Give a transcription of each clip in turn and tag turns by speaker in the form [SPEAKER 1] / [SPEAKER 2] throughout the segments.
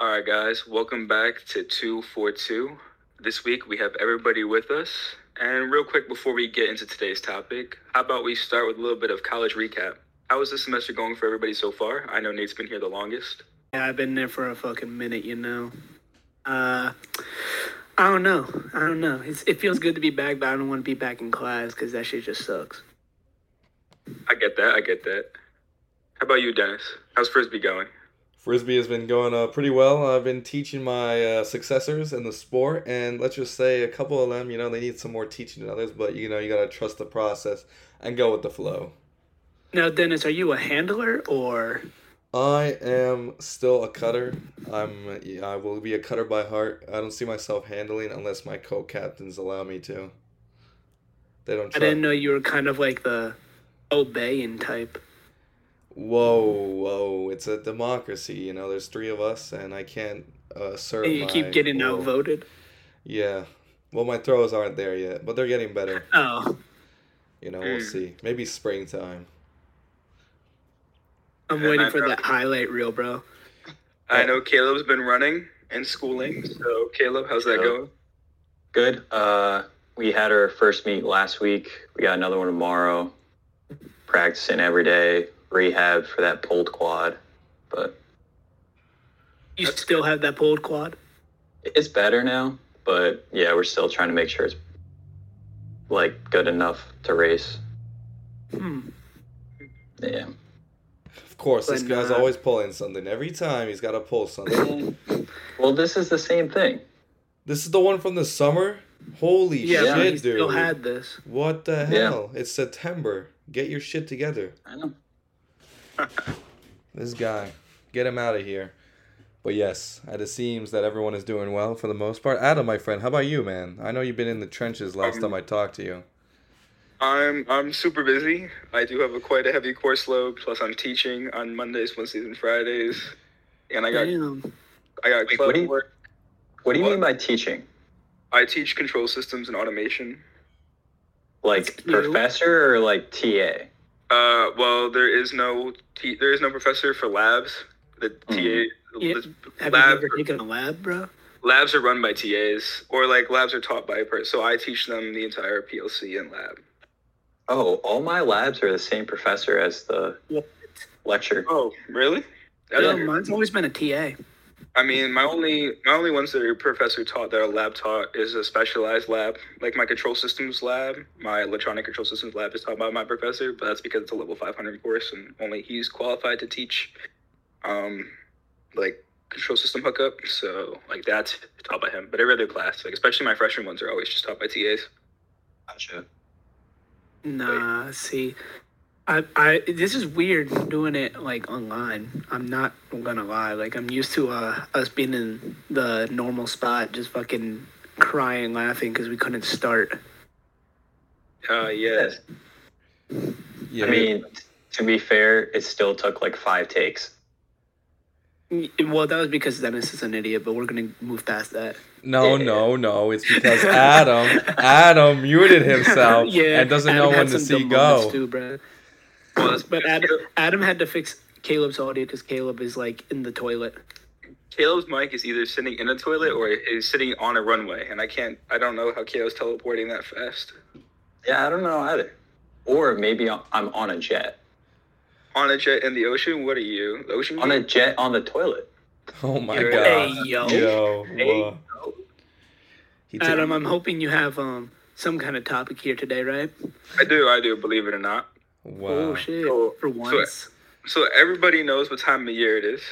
[SPEAKER 1] right, guys, welcome back to 242. This week we have everybody with us. And real quick before we get into today's topic, how about we start with a little bit of college recap? How is this semester going for everybody so far? I know Nate's been here the longest.
[SPEAKER 2] Yeah, I've been there for a fucking minute, you know. Uh, I don't know. I don't know. It's, it feels good to be back, but I don't want to be back in class because that shit just sucks.
[SPEAKER 1] I get that. I get that. How about you, Dennis? How's Frisbee going?
[SPEAKER 3] Frisbee has been going uh, pretty well. I've been teaching my uh, successors in the sport, and let's just say a couple of them, you know, they need some more teaching than others, but you know, you gotta trust the process and go with the flow.
[SPEAKER 2] Now, Dennis, are you a handler or
[SPEAKER 3] I am still a cutter. I'm I will be a cutter by heart. I don't see myself handling unless my co-captains allow me to. They don't.
[SPEAKER 2] I
[SPEAKER 3] Try.
[SPEAKER 2] didn't know you were kind of like the obeying type.
[SPEAKER 3] Whoa, whoa! It's a democracy, you know. There's three of us, and I can't uh, serve.
[SPEAKER 2] And you
[SPEAKER 3] my
[SPEAKER 2] keep getting
[SPEAKER 3] role.
[SPEAKER 2] outvoted.
[SPEAKER 3] Yeah. Well, my throws aren't there yet, but they're getting better.
[SPEAKER 2] Oh,
[SPEAKER 3] You know, we'll
[SPEAKER 1] Mm.
[SPEAKER 3] see. Maybe springtime.
[SPEAKER 2] I'm
[SPEAKER 1] And
[SPEAKER 2] waiting
[SPEAKER 1] I
[SPEAKER 2] for that
[SPEAKER 1] probably-
[SPEAKER 2] highlight reel, bro.
[SPEAKER 1] I know Caleb's been running and schooling. So, Caleb, how's that
[SPEAKER 4] Yeah.
[SPEAKER 1] going?
[SPEAKER 4] Good. Uh, we had our first meet last week. We got another one tomorrow. Practicing every day, rehab for that pulled quad, but
[SPEAKER 2] You still have that pulled quad?
[SPEAKER 4] it's better now. But yeah, we're still trying to make sure it's like good enough to race.
[SPEAKER 2] Hmm.
[SPEAKER 4] Yeah.
[SPEAKER 3] Of course, this
[SPEAKER 2] But
[SPEAKER 3] guy's
[SPEAKER 2] not-
[SPEAKER 3] always pulling something. Every time he's got to pull something.
[SPEAKER 4] Well, this is the same thing.
[SPEAKER 3] this is the one from the summer? Holy
[SPEAKER 2] Yeah, but
[SPEAKER 3] shit,
[SPEAKER 2] you
[SPEAKER 3] dude.
[SPEAKER 2] still had this.
[SPEAKER 3] What the
[SPEAKER 4] Yeah.
[SPEAKER 3] hell? It's September. Get your shit together.
[SPEAKER 4] I know.
[SPEAKER 3] This guy. Get him out of here. But yes, it seems that everyone is doing well for the most part. Adam, my friend, how about you, man? I know you've been in the trenches last
[SPEAKER 1] Um,
[SPEAKER 3] time I talked to you.
[SPEAKER 1] I'm I'm super busy. I do have a quite a heavy course load. Plus, I'm teaching on Mondays, Wednesdays, and Fridays, and I got
[SPEAKER 2] Damn.
[SPEAKER 1] I got
[SPEAKER 4] Wait,
[SPEAKER 1] club
[SPEAKER 4] what do you-
[SPEAKER 1] work.
[SPEAKER 4] What do you
[SPEAKER 1] What?
[SPEAKER 4] mean by teaching?
[SPEAKER 1] I teach control systems and automation.
[SPEAKER 4] Like
[SPEAKER 2] That's new.
[SPEAKER 4] professor or like TA?
[SPEAKER 1] Uh, well, there is no t- there is no professor for labs. The
[SPEAKER 4] Mhm.
[SPEAKER 1] TA
[SPEAKER 2] Yeah.
[SPEAKER 1] the
[SPEAKER 2] Have
[SPEAKER 1] lab-
[SPEAKER 2] you ever taken a lab, bro?
[SPEAKER 1] labs are run by TAs, or like labs are taught by a person. So I teach them the entire PLC and lab.
[SPEAKER 4] Oh, all my labs are the same professor as the
[SPEAKER 2] What?
[SPEAKER 4] lecture.
[SPEAKER 1] Oh, really? That's
[SPEAKER 2] Yeah,
[SPEAKER 1] weird.
[SPEAKER 2] mine's always been a TA.
[SPEAKER 1] I mean, my only my only ones that your professor taught that are lab taught is a specialized lab, like my control systems lab. My electronic control systems lab is taught by my professor, but that's because it's a level 500 course and only he's qualified to teach, um, like control system hookup. So like that's taught by him. But every other class, like especially my freshman ones, are always just taught by TAs.
[SPEAKER 4] Gotcha.
[SPEAKER 2] Nah, see, I, I, this is weird doing it like online. I'm not gonna lie. Like I'm used to uh, us being in the normal spot, just fucking crying, laughing because we couldn't start.
[SPEAKER 1] Uh, yeah.
[SPEAKER 4] Yes.
[SPEAKER 3] Yeah.
[SPEAKER 4] I mean, to be fair, it still took like five takes.
[SPEAKER 2] Y- Well, that was because Dennis is an idiot, but we're gonna move past that.
[SPEAKER 3] No,
[SPEAKER 4] Yeah.
[SPEAKER 3] no, no. It's because Adam, Adam muted himself and doesn't
[SPEAKER 2] Adam
[SPEAKER 3] know
[SPEAKER 2] had
[SPEAKER 3] when to
[SPEAKER 2] some
[SPEAKER 3] see
[SPEAKER 2] dumb moments
[SPEAKER 3] go.
[SPEAKER 2] Too, bro.
[SPEAKER 1] Well, that's-
[SPEAKER 2] But Adam, Adam had to fix Caleb's audio because Caleb is like in the toilet.
[SPEAKER 1] Caleb's mic is either sitting in a toilet or is sitting on a runway, and I can't. I don't know how Caleb's teleporting that fast.
[SPEAKER 4] Yeah, I don't know either. Or maybe I'm I'm on a jet.
[SPEAKER 1] On a jet in the ocean? What are you? The ocean?
[SPEAKER 4] On a jet on the toilet.
[SPEAKER 3] Oh my
[SPEAKER 1] Hey,
[SPEAKER 3] god.
[SPEAKER 2] yo.
[SPEAKER 3] Yo.
[SPEAKER 4] Hey,
[SPEAKER 3] whoa. He took-
[SPEAKER 2] Adam, I'm hoping you have um some kind of topic here today, right?
[SPEAKER 1] I do, I do, believe it or not.
[SPEAKER 3] wow.
[SPEAKER 2] Oh
[SPEAKER 4] Uh,
[SPEAKER 2] shit!
[SPEAKER 1] So-
[SPEAKER 2] For once,
[SPEAKER 1] So everybody knows what time of year it is.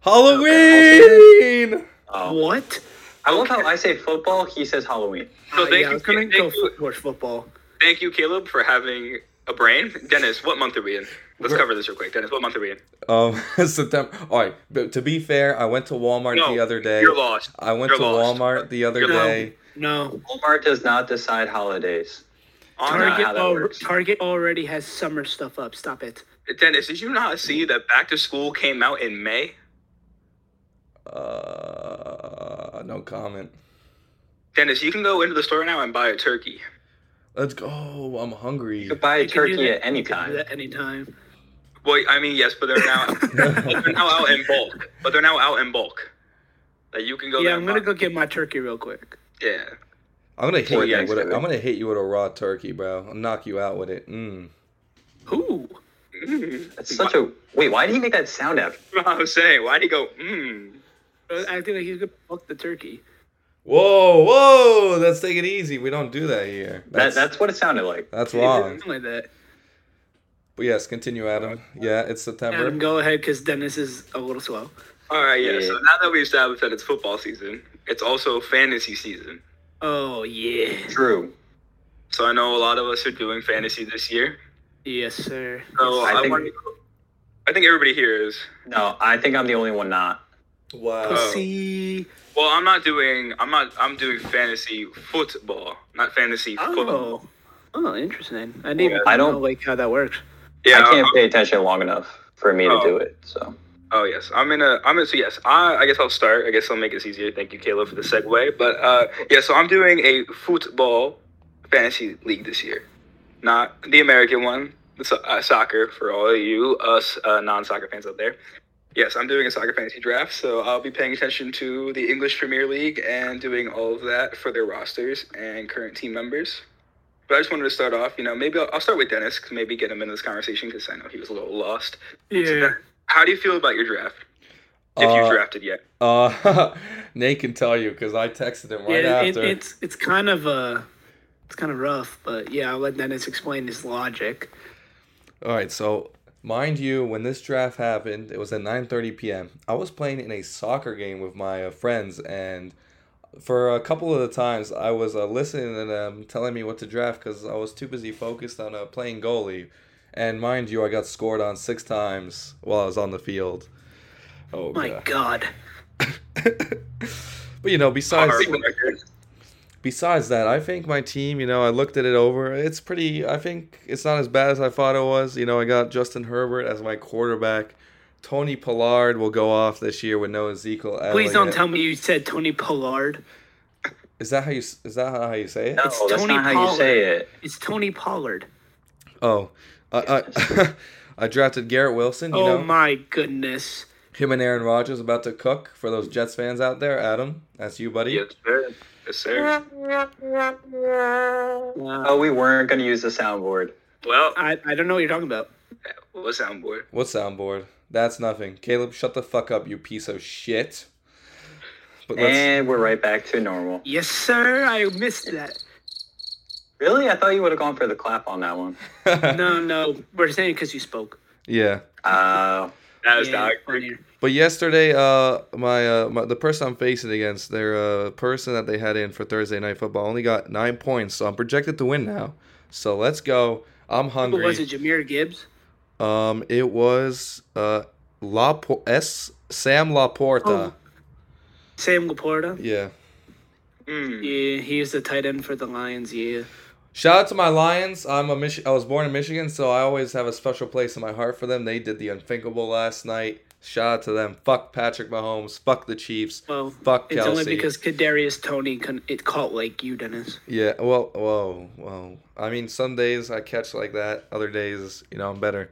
[SPEAKER 3] Halloween.
[SPEAKER 4] Oh.
[SPEAKER 2] what?
[SPEAKER 4] I love how I say football, he says Halloween.
[SPEAKER 1] So
[SPEAKER 2] Uh,
[SPEAKER 1] thank
[SPEAKER 2] yeah, I
[SPEAKER 1] you,
[SPEAKER 2] was gonna
[SPEAKER 1] thank
[SPEAKER 2] go
[SPEAKER 1] you.
[SPEAKER 2] foot horse football.
[SPEAKER 1] Thank you, Caleb, for having a brain. Dennis, what month are we in? Let's
[SPEAKER 3] We're-
[SPEAKER 1] cover this real quick. Dennis, what month are we in?
[SPEAKER 3] Um, September. All right. But to be fair, I went to Walmart
[SPEAKER 1] No,
[SPEAKER 3] the other day.
[SPEAKER 1] You're lost.
[SPEAKER 3] I went
[SPEAKER 1] You're
[SPEAKER 3] to
[SPEAKER 1] lost.
[SPEAKER 3] Walmart the other
[SPEAKER 1] You're
[SPEAKER 2] lost.
[SPEAKER 3] day.
[SPEAKER 2] No,
[SPEAKER 4] Walmart does not decide holidays.
[SPEAKER 1] On
[SPEAKER 4] Target.
[SPEAKER 1] that,
[SPEAKER 4] how
[SPEAKER 2] Target,
[SPEAKER 4] that
[SPEAKER 2] al-
[SPEAKER 4] works.
[SPEAKER 2] Target already has summer stuff up. Stop it.
[SPEAKER 1] Dennis, did you not see that back to school came out in May?
[SPEAKER 3] Uh, no comment.
[SPEAKER 1] Dennis, you can go into the store now and buy a turkey.
[SPEAKER 3] Let's go. I'm hungry.
[SPEAKER 4] You could buy a
[SPEAKER 2] You can do
[SPEAKER 4] turkey
[SPEAKER 2] that-
[SPEAKER 4] at any
[SPEAKER 2] you can do
[SPEAKER 4] time.
[SPEAKER 2] that anytime.
[SPEAKER 1] Well, I mean, yes, but they're now but they're now out in bulk. But they're now out in bulk. That you can go.
[SPEAKER 2] yeah,
[SPEAKER 1] there
[SPEAKER 2] I'm
[SPEAKER 1] and
[SPEAKER 2] gonna
[SPEAKER 1] buy-
[SPEAKER 2] go get my turkey real quick.
[SPEAKER 1] Yeah.
[SPEAKER 3] I'm gonna hit
[SPEAKER 4] Or
[SPEAKER 3] you with a,
[SPEAKER 4] Thanksgiving.
[SPEAKER 3] I'm gonna hit you with a raw turkey, bro. I'll knock you out with it. Mm.
[SPEAKER 2] Ooh,
[SPEAKER 1] Mm.
[SPEAKER 4] That's such a wait. Why did he make that sound after?
[SPEAKER 1] I was saying, why'd he go? Mm.
[SPEAKER 2] I think like he's gonna fuck the turkey.
[SPEAKER 3] Whoa, whoa! Let's take it easy. We don't do that here.
[SPEAKER 4] That, that's what it sounded like.
[SPEAKER 3] that's
[SPEAKER 2] Something
[SPEAKER 3] wrong.
[SPEAKER 2] like that.
[SPEAKER 3] But yes, continue, Adam. Yeah, it's September.
[SPEAKER 2] Adam, go ahead, because Dennis is a little slow.
[SPEAKER 1] All right, yeah.
[SPEAKER 4] Yeah.
[SPEAKER 1] So now that we established that it's football season, it's also fantasy season.
[SPEAKER 2] Oh yeah,
[SPEAKER 4] True.
[SPEAKER 1] So I know a lot of us are doing fantasy this year.
[SPEAKER 2] yes sir.
[SPEAKER 1] So
[SPEAKER 4] I
[SPEAKER 1] I,
[SPEAKER 4] think-
[SPEAKER 1] want to I think everybody here is.
[SPEAKER 4] No, I think I'm the only one not.
[SPEAKER 3] Wow.
[SPEAKER 2] Pussy.
[SPEAKER 1] Well, I'm not doing. I'm not. I'm doing fantasy football, not fantasy football.
[SPEAKER 2] Oh, oh, interesting. I didn't.
[SPEAKER 4] I
[SPEAKER 2] I don't
[SPEAKER 4] don't-
[SPEAKER 2] know, like how that works.
[SPEAKER 1] Yeah.
[SPEAKER 4] I can't
[SPEAKER 1] I'm-
[SPEAKER 4] pay attention long enough for me
[SPEAKER 1] Oh.
[SPEAKER 4] to do it. So
[SPEAKER 1] Oh yes, I'm in a. I'm in. So yes, I, I guess I'll start. I guess I'll make this easier. Thank you, Caleb, for the segue. But uh, yeah, so I'm doing a football fantasy league this year, not the American one. It's uh, soccer for all of you us uh, non-soccer fans out there. Yes, I'm doing a soccer fantasy draft, so I'll be paying attention to the English Premier League and doing all of that for their rosters and current team members. But I just wanted to start off, you know, maybe I'll, I'll start with Dennis, 'cause maybe get him into this conversation because I know he was a little lost.
[SPEAKER 2] Yeah.
[SPEAKER 1] How do you feel about your draft? if
[SPEAKER 3] Uh,
[SPEAKER 1] you've drafted yet.
[SPEAKER 3] Uh, Nate can tell you because I texted him right
[SPEAKER 2] yeah, it,
[SPEAKER 3] after.
[SPEAKER 2] it's it's kind of uh, it's kind of rough, but yeah, I'll let Dennis explain his logic.
[SPEAKER 3] All right, so mind you, when this draft happened, it was at 9:30 p.m. I was playing in a soccer game with my uh, friends, and for a couple of the times, I was uh, listening to them telling me what to draft because I was too busy focused on uh, playing goalie. And mind you, I got scored on six times while I was on the field. Oh
[SPEAKER 2] My
[SPEAKER 3] god!
[SPEAKER 2] God.
[SPEAKER 3] But you know, besides
[SPEAKER 1] Alright, record.
[SPEAKER 3] besides that, I think my team, you know, I looked at it over. It's pretty, I think it's not as bad as I thought it was. You know, I got Justin Herbert as my quarterback. Tony Pollard will go off this year with no Ezekiel.
[SPEAKER 2] Please
[SPEAKER 3] Elliott.
[SPEAKER 2] don't tell me you said Tony Pollard.
[SPEAKER 3] Is that how you s- is that how you say it?
[SPEAKER 4] no,
[SPEAKER 2] It's
[SPEAKER 4] that's
[SPEAKER 2] Tony
[SPEAKER 4] not how you say it.
[SPEAKER 2] It's Tony Pollard.
[SPEAKER 3] Oh, I I, I drafted Garrett Wilson. You
[SPEAKER 2] oh
[SPEAKER 3] know,
[SPEAKER 2] my goodness.
[SPEAKER 3] him and Aaron Rodgers about to cook for those Jets fans out there. Adam, that's you, buddy.
[SPEAKER 1] Yes, sir. Yes, sir.
[SPEAKER 2] Wow.
[SPEAKER 4] Oh, we weren't going to use the soundboard.
[SPEAKER 1] Well,
[SPEAKER 2] Uh, I, I don't know what you're talking about.
[SPEAKER 1] what soundboard?
[SPEAKER 3] What soundboard? That's nothing. Caleb, shut the fuck up, you piece of shit. But let's.
[SPEAKER 4] And we're right back to normal.
[SPEAKER 2] Yes, sir. I missed that.
[SPEAKER 4] Really? I thought you would have gone for the clap on that one.
[SPEAKER 2] No, no. We're saying because you spoke.
[SPEAKER 3] yeah.
[SPEAKER 4] Uh,
[SPEAKER 1] That was
[SPEAKER 2] Yeah,
[SPEAKER 1] the
[SPEAKER 2] funnier.
[SPEAKER 3] But yesterday, uh, my, uh, my the person I'm facing against, their uh, person that they had in for Thursday night football, only got nine points, so I'm projected to win now. So let's go. I'm
[SPEAKER 2] Who
[SPEAKER 3] hungry.
[SPEAKER 2] was it? Jameer Gibbs?
[SPEAKER 3] Um, it was uh, Lapo- S Sam Laporta.
[SPEAKER 2] Oh. Sam Laporta?
[SPEAKER 3] Yeah. Hmm.
[SPEAKER 1] Mm.
[SPEAKER 2] Yeah, he is the tight end for the Lions. Yeah.
[SPEAKER 3] Shout out to my Lions. I'm a Mich- I was born in Michigan, so I always have a special place in my heart for them. They did the unthinkable last night. Shout out to them. Fuck Patrick Mahomes. Fuck the Chiefs.
[SPEAKER 2] Well,
[SPEAKER 3] Fuck
[SPEAKER 2] it's
[SPEAKER 3] Kelsey.
[SPEAKER 2] only because Kadarius Tony con- it caught like you, Dennis.
[SPEAKER 3] Yeah, well, whoa, whoa. I mean, some days I catch like that. Other days, you know, I'm better.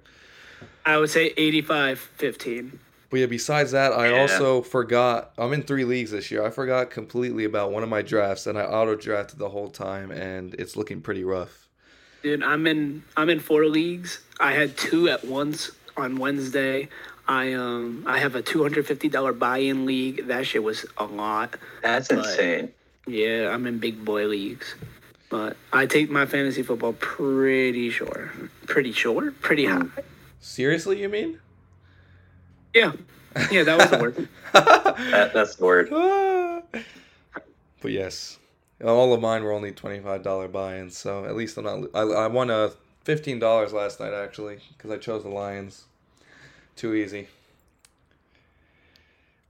[SPEAKER 2] I would say 85-15.
[SPEAKER 3] But yeah, besides that, I
[SPEAKER 4] Yeah.
[SPEAKER 3] also forgot. I'm in three leagues this year. I forgot completely about one of my drafts, and I auto drafted the whole time, and it's looking pretty rough.
[SPEAKER 2] Dude, I'm in I'm in four leagues. I had two at once on Wednesday. I um I have a two hundred fifty dollar buy in league. That shit was a lot.
[SPEAKER 4] that's insane.
[SPEAKER 2] Yeah, I'm in big boy leagues. But I take my fantasy football pretty sure. Pretty sure? Pretty high.
[SPEAKER 3] Seriously, you mean?
[SPEAKER 2] Yeah. Yeah, that was the word.
[SPEAKER 4] That, that's the word.
[SPEAKER 3] Ah. but yes, all of mine were only twenty-five dollar buy-ins, so at least I'm not. I, I won a fifteen dollars last night actually because I chose the Lions. Too easy.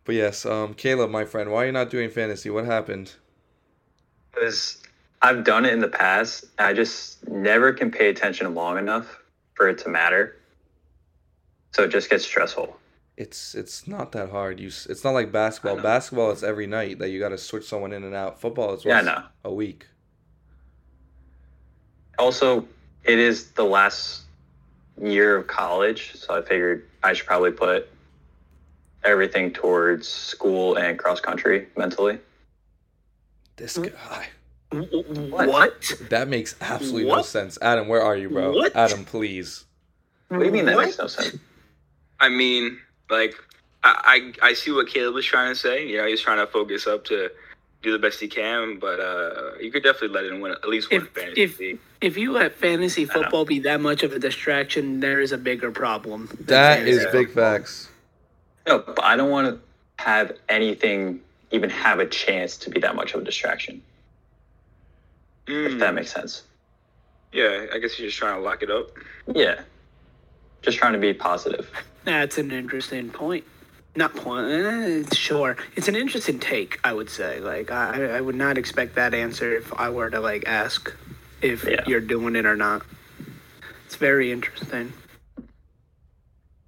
[SPEAKER 3] But yes, um, Caleb, my friend, why are you not doing fantasy? What happened?
[SPEAKER 4] Because I've done it in the past. and I just never can pay attention long enough for it to matter. So it just gets stressful.
[SPEAKER 3] It's it's not that hard. You s- it's not like basketball.
[SPEAKER 4] know.
[SPEAKER 3] Basketball, it's every night that you got to switch someone in and out. Football, it's
[SPEAKER 4] Yeah, I
[SPEAKER 3] once
[SPEAKER 4] know.
[SPEAKER 3] a week.
[SPEAKER 4] Also, it is the last year of college, so I figured I should probably put everything towards school and cross country mentally.
[SPEAKER 3] This
[SPEAKER 4] Mm.
[SPEAKER 3] guy.
[SPEAKER 2] What?
[SPEAKER 3] That makes absolutely no
[SPEAKER 2] What?
[SPEAKER 3] sense. Adam, where are you, bro?
[SPEAKER 2] What?
[SPEAKER 3] Adam, please.
[SPEAKER 4] What do you mean that
[SPEAKER 2] What?
[SPEAKER 4] makes no sense?
[SPEAKER 1] I mean, like, I, I I see what Caleb was trying to say. You know, he's trying to focus up to do the best he can, but uh, you could definitely let in one at least one
[SPEAKER 2] If-
[SPEAKER 1] fantasy.
[SPEAKER 2] if-
[SPEAKER 1] league.
[SPEAKER 2] If you let fantasy football be that much of a distraction, there is a bigger problem. than
[SPEAKER 3] That
[SPEAKER 2] fantasy
[SPEAKER 3] is big facts.
[SPEAKER 4] No, but I don't want to have anything even have a chance to be that much of a distraction. If
[SPEAKER 1] Mm,
[SPEAKER 3] Hmm.
[SPEAKER 4] that makes sense.
[SPEAKER 1] yeah, I guess you're just trying to lock it up.
[SPEAKER 4] Yeah. Just trying to be positive.
[SPEAKER 2] That's an interesting point. Not point. eh, Sure, it's an interesting take. I would say, like, I, I would not expect that answer if I were to like ask if
[SPEAKER 4] Yeah.
[SPEAKER 2] you're doing it or not. It's very interesting,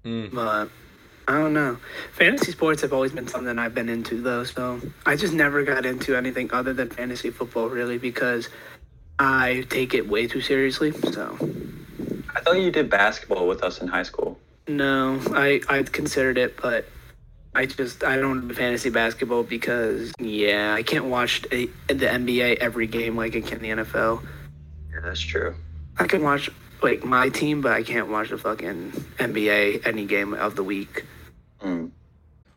[SPEAKER 3] Mm.
[SPEAKER 2] but I don't know. Fantasy sports have always been something I've been into, though. So I just never got into anything other than fantasy football, really, because I take it way too seriously. So
[SPEAKER 4] I thought you did basketball with us in high school.
[SPEAKER 2] No, I I considered it, but I just I don't do fantasy basketball because yeah, I can't watch a, the NBA every game like I can the NFL.
[SPEAKER 4] Yeah, that's true.
[SPEAKER 2] I can watch like my team, but I can't watch the fucking NBA any game of the week.
[SPEAKER 4] Mm.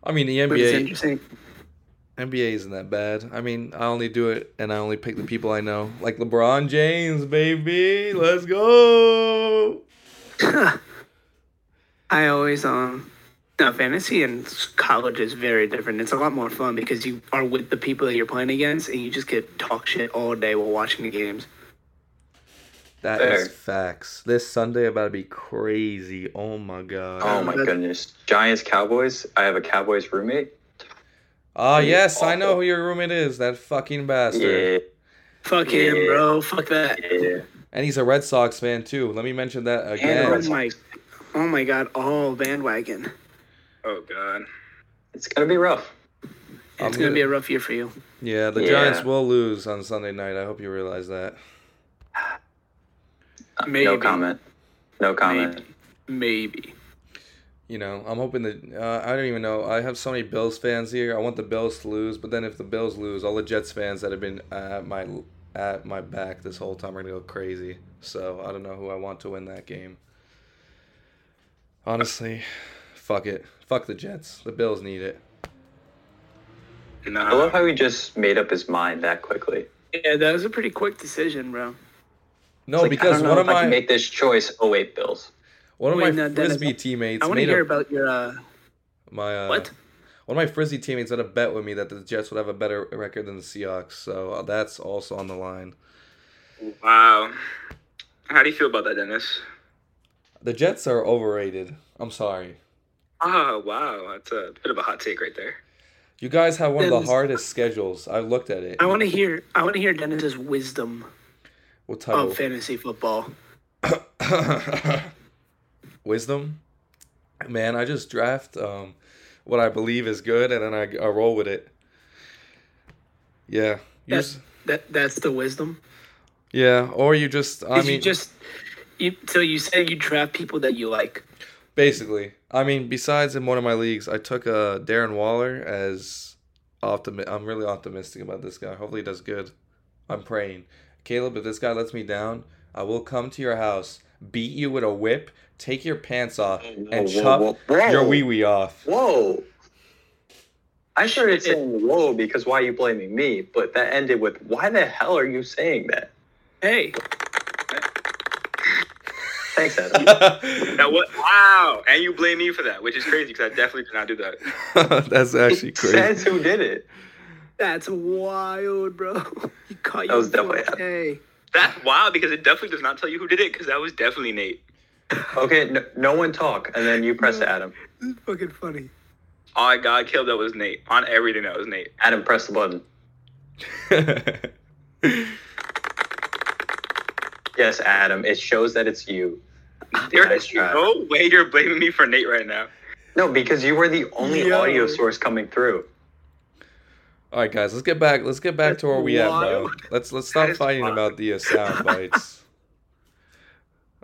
[SPEAKER 3] I mean, the
[SPEAKER 2] But it's
[SPEAKER 3] NBA,
[SPEAKER 2] interesting.
[SPEAKER 3] NBA isn't that bad. I mean, I only do it and I only pick the people I know. Like LeBron James, baby. Let's go.
[SPEAKER 2] I always um no fantasy and college is very different. It's a lot more fun because you are with the people that you're playing against, and you just get talk shit all day while watching the games.
[SPEAKER 3] That is
[SPEAKER 4] Fair.
[SPEAKER 3] facts. This Sunday about to be crazy. Oh my god.
[SPEAKER 4] Oh my
[SPEAKER 2] that's-
[SPEAKER 4] goodness. Giants Cowboys. I have a Cowboys roommate.
[SPEAKER 3] Ah,
[SPEAKER 4] Pretty
[SPEAKER 3] yes, I know
[SPEAKER 4] awful.
[SPEAKER 3] who your roommate is. That fucking bastard.
[SPEAKER 4] Yeah.
[SPEAKER 2] Fuck him,
[SPEAKER 4] Yeah.
[SPEAKER 2] bro. Fuck that.
[SPEAKER 4] yeah.
[SPEAKER 3] And he's a Red Sox fan too. Let me mention that
[SPEAKER 4] Yeah.
[SPEAKER 2] Oh
[SPEAKER 3] again.
[SPEAKER 2] my, oh my God! All bandwagon.
[SPEAKER 1] Oh God.
[SPEAKER 4] It's gonna be rough.
[SPEAKER 2] It's
[SPEAKER 3] I'm
[SPEAKER 2] gonna,
[SPEAKER 3] gonna-
[SPEAKER 2] be a rough year for you.
[SPEAKER 3] Yeah, the
[SPEAKER 4] Yeah.
[SPEAKER 3] Giants will lose on Sunday night. I hope you realize that.
[SPEAKER 4] Uh,
[SPEAKER 2] Maybe.
[SPEAKER 4] No comment. No comment.
[SPEAKER 2] Maybe.
[SPEAKER 3] You know, I'm hoping that uh, I don't even know. I have so many Bills fans here. I want the Bills to lose, but then if the Bills lose, all the Jets fans that have been at my at my back this whole time are gonna go crazy. So I don't know who I want to win that game. Honestly, fuck it. Fuck the Jets. The Bills need it.
[SPEAKER 4] I love
[SPEAKER 1] Nah.
[SPEAKER 4] how he just made up his mind that quickly.
[SPEAKER 2] Yeah, that was a pretty quick decision, bro.
[SPEAKER 3] No,
[SPEAKER 4] It's like, I
[SPEAKER 3] because
[SPEAKER 4] don't know
[SPEAKER 3] one of
[SPEAKER 4] if I
[SPEAKER 3] my
[SPEAKER 4] can make this choice. Oh wait, Bills.
[SPEAKER 3] one of
[SPEAKER 2] Wait,
[SPEAKER 3] my
[SPEAKER 2] no, Dennis,
[SPEAKER 3] frisbee teammates
[SPEAKER 2] I want to
[SPEAKER 3] made
[SPEAKER 2] hear
[SPEAKER 3] a,
[SPEAKER 2] about your uh,
[SPEAKER 3] my uh,
[SPEAKER 2] what?
[SPEAKER 3] One of my frisbee teammates had a bet with me that the Jets would have a better record than the Seahawks, so uh, that's also on the line.
[SPEAKER 1] Wow. How do you feel about that, Dennis?
[SPEAKER 3] The Jets are overrated. I'm sorry.
[SPEAKER 1] Oh wow, that's a bit of a hot take right there.
[SPEAKER 3] You guys have one of the
[SPEAKER 2] Them's-
[SPEAKER 3] hardest schedules. I looked at it.
[SPEAKER 2] I want to hear. I want to hear Dennis's wisdom
[SPEAKER 3] What
[SPEAKER 2] of
[SPEAKER 3] title?
[SPEAKER 2] fantasy football.
[SPEAKER 3] Wisdom. Man, I just draft um, what I believe is good, and then I, I roll with it. Yeah. You
[SPEAKER 2] That's
[SPEAKER 3] s-
[SPEAKER 2] that. That's the wisdom.
[SPEAKER 3] yeah. Or you just. I
[SPEAKER 2] Did
[SPEAKER 3] mean,
[SPEAKER 2] you just? You, so you said you draft people that you like.
[SPEAKER 3] Basically, I mean, besides in one of my leagues, I took uh, Darren Waller as optimi I'm really optimistic about this guy. Hopefully, he does good. I'm praying, Caleb. If this guy lets me down, I will come to your house, beat you with a whip, take your pants off, and chop your wee wee off.
[SPEAKER 4] Whoa. I started saying whoa because why are you blaming me? But that ended with why the hell are you saying that?
[SPEAKER 2] Hey,
[SPEAKER 4] Thanks, Adam.
[SPEAKER 1] Now what? Wow. And you blame me for that, which is crazy because I definitely did not do that.
[SPEAKER 3] That's actually
[SPEAKER 4] It says
[SPEAKER 3] crazy.
[SPEAKER 4] who did it.
[SPEAKER 2] that's wild, bro. He caught you.
[SPEAKER 4] was definitely-
[SPEAKER 2] Hey,
[SPEAKER 1] That's wild because it definitely does not tell you who did it because that was definitely Nate.
[SPEAKER 4] Okay, no, no one talk, and then you press Adam.
[SPEAKER 2] fucking funny.
[SPEAKER 1] Oh my God, Caleb, that was Nate. On everything, that was Nate.
[SPEAKER 4] Adam, press the button. Yes, Adam. It shows that it's you.
[SPEAKER 1] There
[SPEAKER 4] Nice
[SPEAKER 1] is
[SPEAKER 4] try.
[SPEAKER 1] no way you're blaming me for Nate right now.
[SPEAKER 4] No, because you were the only
[SPEAKER 2] Yo.
[SPEAKER 4] audio source coming through.
[SPEAKER 3] All right, guys, let's get back. Let's get back to where we at, bro.
[SPEAKER 2] Wild.
[SPEAKER 3] Let's let's stop
[SPEAKER 1] is
[SPEAKER 3] fighting
[SPEAKER 1] wild.
[SPEAKER 3] about the uh, sound bites.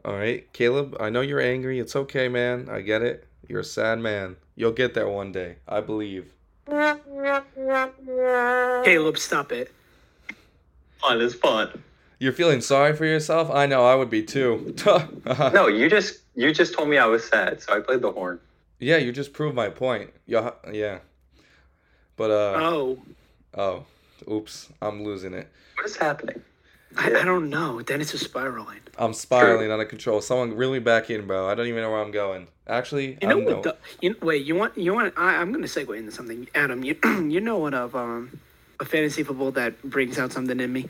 [SPEAKER 3] uh, All right, Caleb, I know you're angry. It's okay, man. I get it. You're a sad man. You'll get there one day. I believe.
[SPEAKER 2] Caleb, stop it.
[SPEAKER 4] Fun is fun.
[SPEAKER 3] You're feeling sorry for yourself? I know I would be too.
[SPEAKER 4] No, you just you just told me I was sad, so I played the horn.
[SPEAKER 3] Yeah, you just proved my point. Yeah, yeah. But uh
[SPEAKER 2] Oh,
[SPEAKER 3] oh, oops, I'm losing it.
[SPEAKER 4] What is happening?
[SPEAKER 2] I, I don't know. Dennis is spiraling.
[SPEAKER 3] I'm spiraling out of control. Someone really back in, bro. I don't even know where I'm going. Actually,
[SPEAKER 2] You
[SPEAKER 3] I
[SPEAKER 2] know
[SPEAKER 3] don't know.
[SPEAKER 2] what? The, you, wait, you want you want? I, I'm gonna segue into something, Adam. You you know what of um a fantasy football that brings out something in me.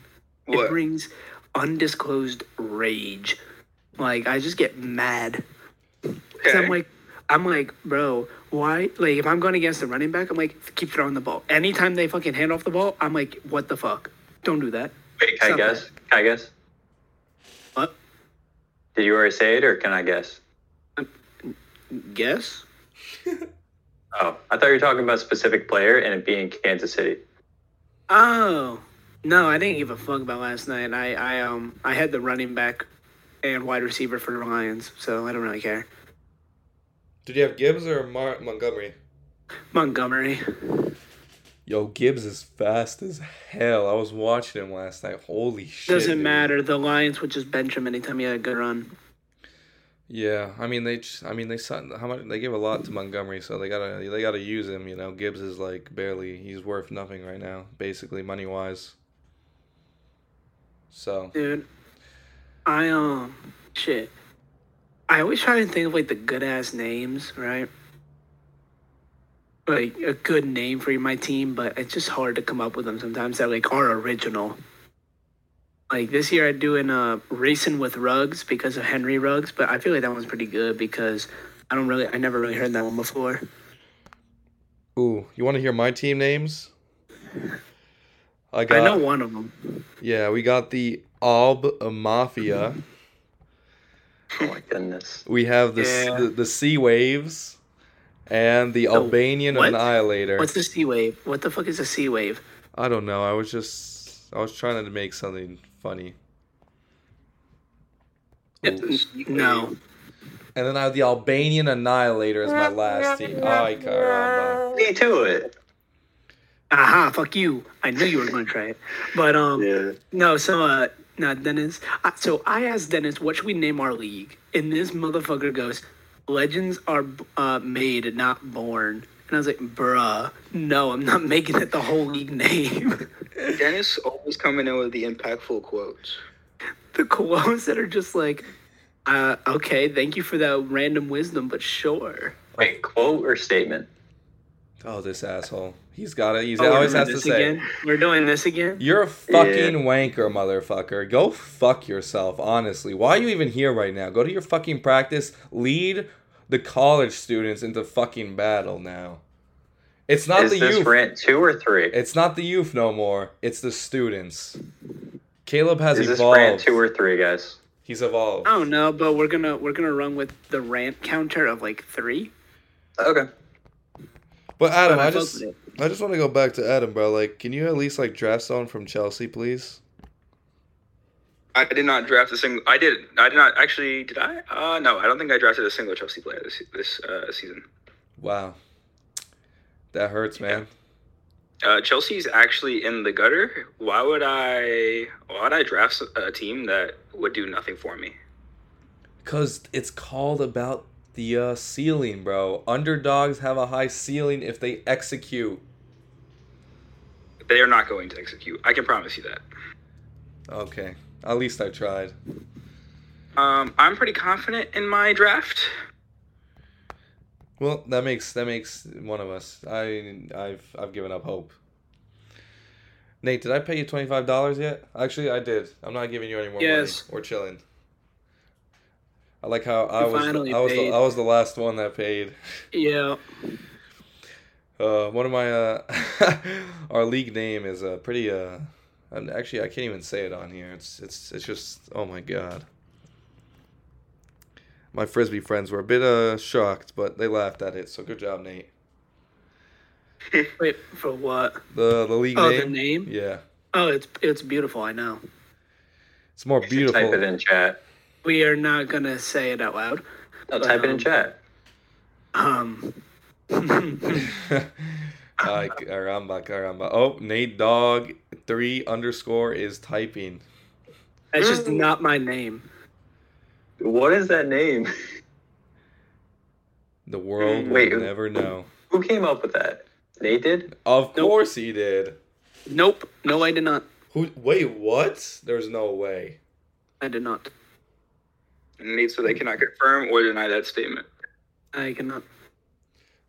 [SPEAKER 2] It
[SPEAKER 1] What?
[SPEAKER 2] brings undisclosed rage. Like I just get mad. 'Cause
[SPEAKER 1] Okay.
[SPEAKER 2] I'm like, I'm like, bro, why? Like, if I'm going against the running back, I'm like, keep throwing the ball. Anytime they fucking hand off the ball, I'm like, what the fuck? Don't do that.
[SPEAKER 4] Wait, can I
[SPEAKER 2] Something.
[SPEAKER 4] guess? Can I guess?
[SPEAKER 2] What?
[SPEAKER 4] Did you already say it, or can I guess?
[SPEAKER 2] Guess?
[SPEAKER 4] Oh, I thought you were talking about a specific player and it being Kansas City.
[SPEAKER 2] Oh, no, I didn't give a fuck about last night. I, I, um, I had the running back and wide receiver for the Lions, so I don't really care.
[SPEAKER 3] Did you have Gibbs or Mar- Montgomery?
[SPEAKER 2] Montgomery.
[SPEAKER 3] Yo, Gibbs is fast as hell. I was watching him last night. Holy shit.
[SPEAKER 2] Doesn't
[SPEAKER 3] dude.
[SPEAKER 2] matter. The Lions would just bench him anytime he had a good run.
[SPEAKER 3] Yeah, I mean they, just, I mean they, signed- how much they gave a lot to Montgomery, so they gotta, they gotta use him. You know, Gibbs is like barely, he's worth nothing right now, basically money wise. So
[SPEAKER 2] Dude, I, um, shit. I always try and think of like the good ass names, right? Like a good name for my team, but it's just hard to come up with them sometimes that like are original. Like this year, I do in uh, racing with rugs because of Henry Ruggs, but I feel like that one's pretty good because I don't really, I never really heard that one before.
[SPEAKER 3] Ooh, you want to hear my team names? I
[SPEAKER 2] I
[SPEAKER 3] got.
[SPEAKER 2] know one of them.
[SPEAKER 3] Yeah, we got the Alb Mafia.
[SPEAKER 4] Oh my goodness.
[SPEAKER 3] We have the s
[SPEAKER 2] Yeah.
[SPEAKER 3] the, the Sea Waves, and the
[SPEAKER 2] The
[SPEAKER 3] Albanian
[SPEAKER 2] what?
[SPEAKER 3] Annihilator.
[SPEAKER 2] What's the sea wave? What the fuck is a sea wave?
[SPEAKER 3] I don't know. I was just I was trying to make something funny. Ooh.
[SPEAKER 2] No.
[SPEAKER 3] And then I have the Albanian Annihilator as my last team. Ay, caramba.
[SPEAKER 4] Me to it.
[SPEAKER 2] Aha, fuck you. I knew you were going to try it. But, um,
[SPEAKER 4] Yeah.
[SPEAKER 2] No, so uh, no, Dennis. I, so I asked Dennis, "What should we name our league?" And this motherfucker goes, "Legends are uh, made, not born." And I was like, "Bruh, no, I'm not making it the whole league name."
[SPEAKER 1] Dennis always coming in with the impactful quotes.
[SPEAKER 2] the quotes that are just like, uh, "Okay, thank you for that random wisdom, but sure."
[SPEAKER 4] Wait, quote or statement?
[SPEAKER 3] Oh, this asshole. He's got it. He's
[SPEAKER 2] Oh, we're
[SPEAKER 3] always
[SPEAKER 2] doing
[SPEAKER 3] has to
[SPEAKER 2] this
[SPEAKER 3] say.
[SPEAKER 2] again? "We're doing this again."
[SPEAKER 3] You're a fucking wanker, motherfucker. Go fuck yourself, honestly. Why are you even here right now? Go to your fucking practice. Lead the college students into fucking battle now. It's not
[SPEAKER 4] Is
[SPEAKER 3] the
[SPEAKER 4] this
[SPEAKER 3] youth.
[SPEAKER 4] rant two or three?
[SPEAKER 3] it's not the youth no more. It's the students. Caleb has
[SPEAKER 4] Is this rant
[SPEAKER 3] evolved.
[SPEAKER 4] two or three, guys?
[SPEAKER 3] He's evolved.
[SPEAKER 2] I don't know, but we're gonna we're gonna run with the rant counter of like three.
[SPEAKER 4] Okay.
[SPEAKER 3] But Adam,
[SPEAKER 2] I
[SPEAKER 3] I
[SPEAKER 2] fuck
[SPEAKER 3] just
[SPEAKER 2] with it.
[SPEAKER 3] I just want to go back to Adam, bro. Like, can you at least like draft someone from Chelsea, please?
[SPEAKER 1] I did not draft a single. I did. I did not actually. Did I? Uh, no, I don't think I drafted a single Chelsea player this this uh, season.
[SPEAKER 3] Wow, that hurts, man.
[SPEAKER 1] Uh, Chelsea's actually in the gutter. Why would I? Why would I draft a team that would do nothing for me?
[SPEAKER 3] Cause it's called about the uh, ceiling, bro. Underdogs have a high ceiling if they execute.
[SPEAKER 1] They are not going to execute. I can promise you that.
[SPEAKER 3] Okay, at least I tried.
[SPEAKER 1] Um, I'm pretty confident in my draft.
[SPEAKER 3] Well, that makes that makes one of us. I I've I've given up hope. Nate, did I pay you twenty five dollars yet? Actually, I did. I'm not giving you any more
[SPEAKER 2] Yes.
[SPEAKER 3] money. We're chilling. I like how I
[SPEAKER 2] You
[SPEAKER 3] was
[SPEAKER 2] finally
[SPEAKER 3] I was the,
[SPEAKER 2] paid.
[SPEAKER 3] I was the last one that paid.
[SPEAKER 2] Yeah.
[SPEAKER 3] Uh, one of my uh, our league name is uh, pretty uh, I'm, actually I can't even say it on here. It's it's it's just oh my god. My frisbee friends were a bit uh shocked, but they laughed at it. So good job, Nate.
[SPEAKER 2] Wait for what?
[SPEAKER 3] The the league
[SPEAKER 2] Oh,
[SPEAKER 3] name.
[SPEAKER 2] the name?
[SPEAKER 3] Yeah,
[SPEAKER 2] Oh, it's it's beautiful. I know.
[SPEAKER 3] it's more
[SPEAKER 4] Type it
[SPEAKER 3] beautiful.
[SPEAKER 4] in chat.
[SPEAKER 2] we are not gonna say it out loud.
[SPEAKER 4] No, type it in chat.
[SPEAKER 2] Um,
[SPEAKER 3] Ay, caramba, caramba. Oh, Nate Dog three underscore is typing.
[SPEAKER 2] that's just not my name.
[SPEAKER 4] What is that name?
[SPEAKER 3] The world
[SPEAKER 4] Wait,
[SPEAKER 3] will
[SPEAKER 4] who-
[SPEAKER 3] never know.
[SPEAKER 4] Who came up with that? They did?
[SPEAKER 3] Of
[SPEAKER 2] Nope.
[SPEAKER 3] course he did.
[SPEAKER 2] Nope. No, I did not.
[SPEAKER 3] Who? Wait, what? There's no way.
[SPEAKER 2] I did not.
[SPEAKER 1] And Nate said they cannot confirm or deny that statement.
[SPEAKER 2] I cannot.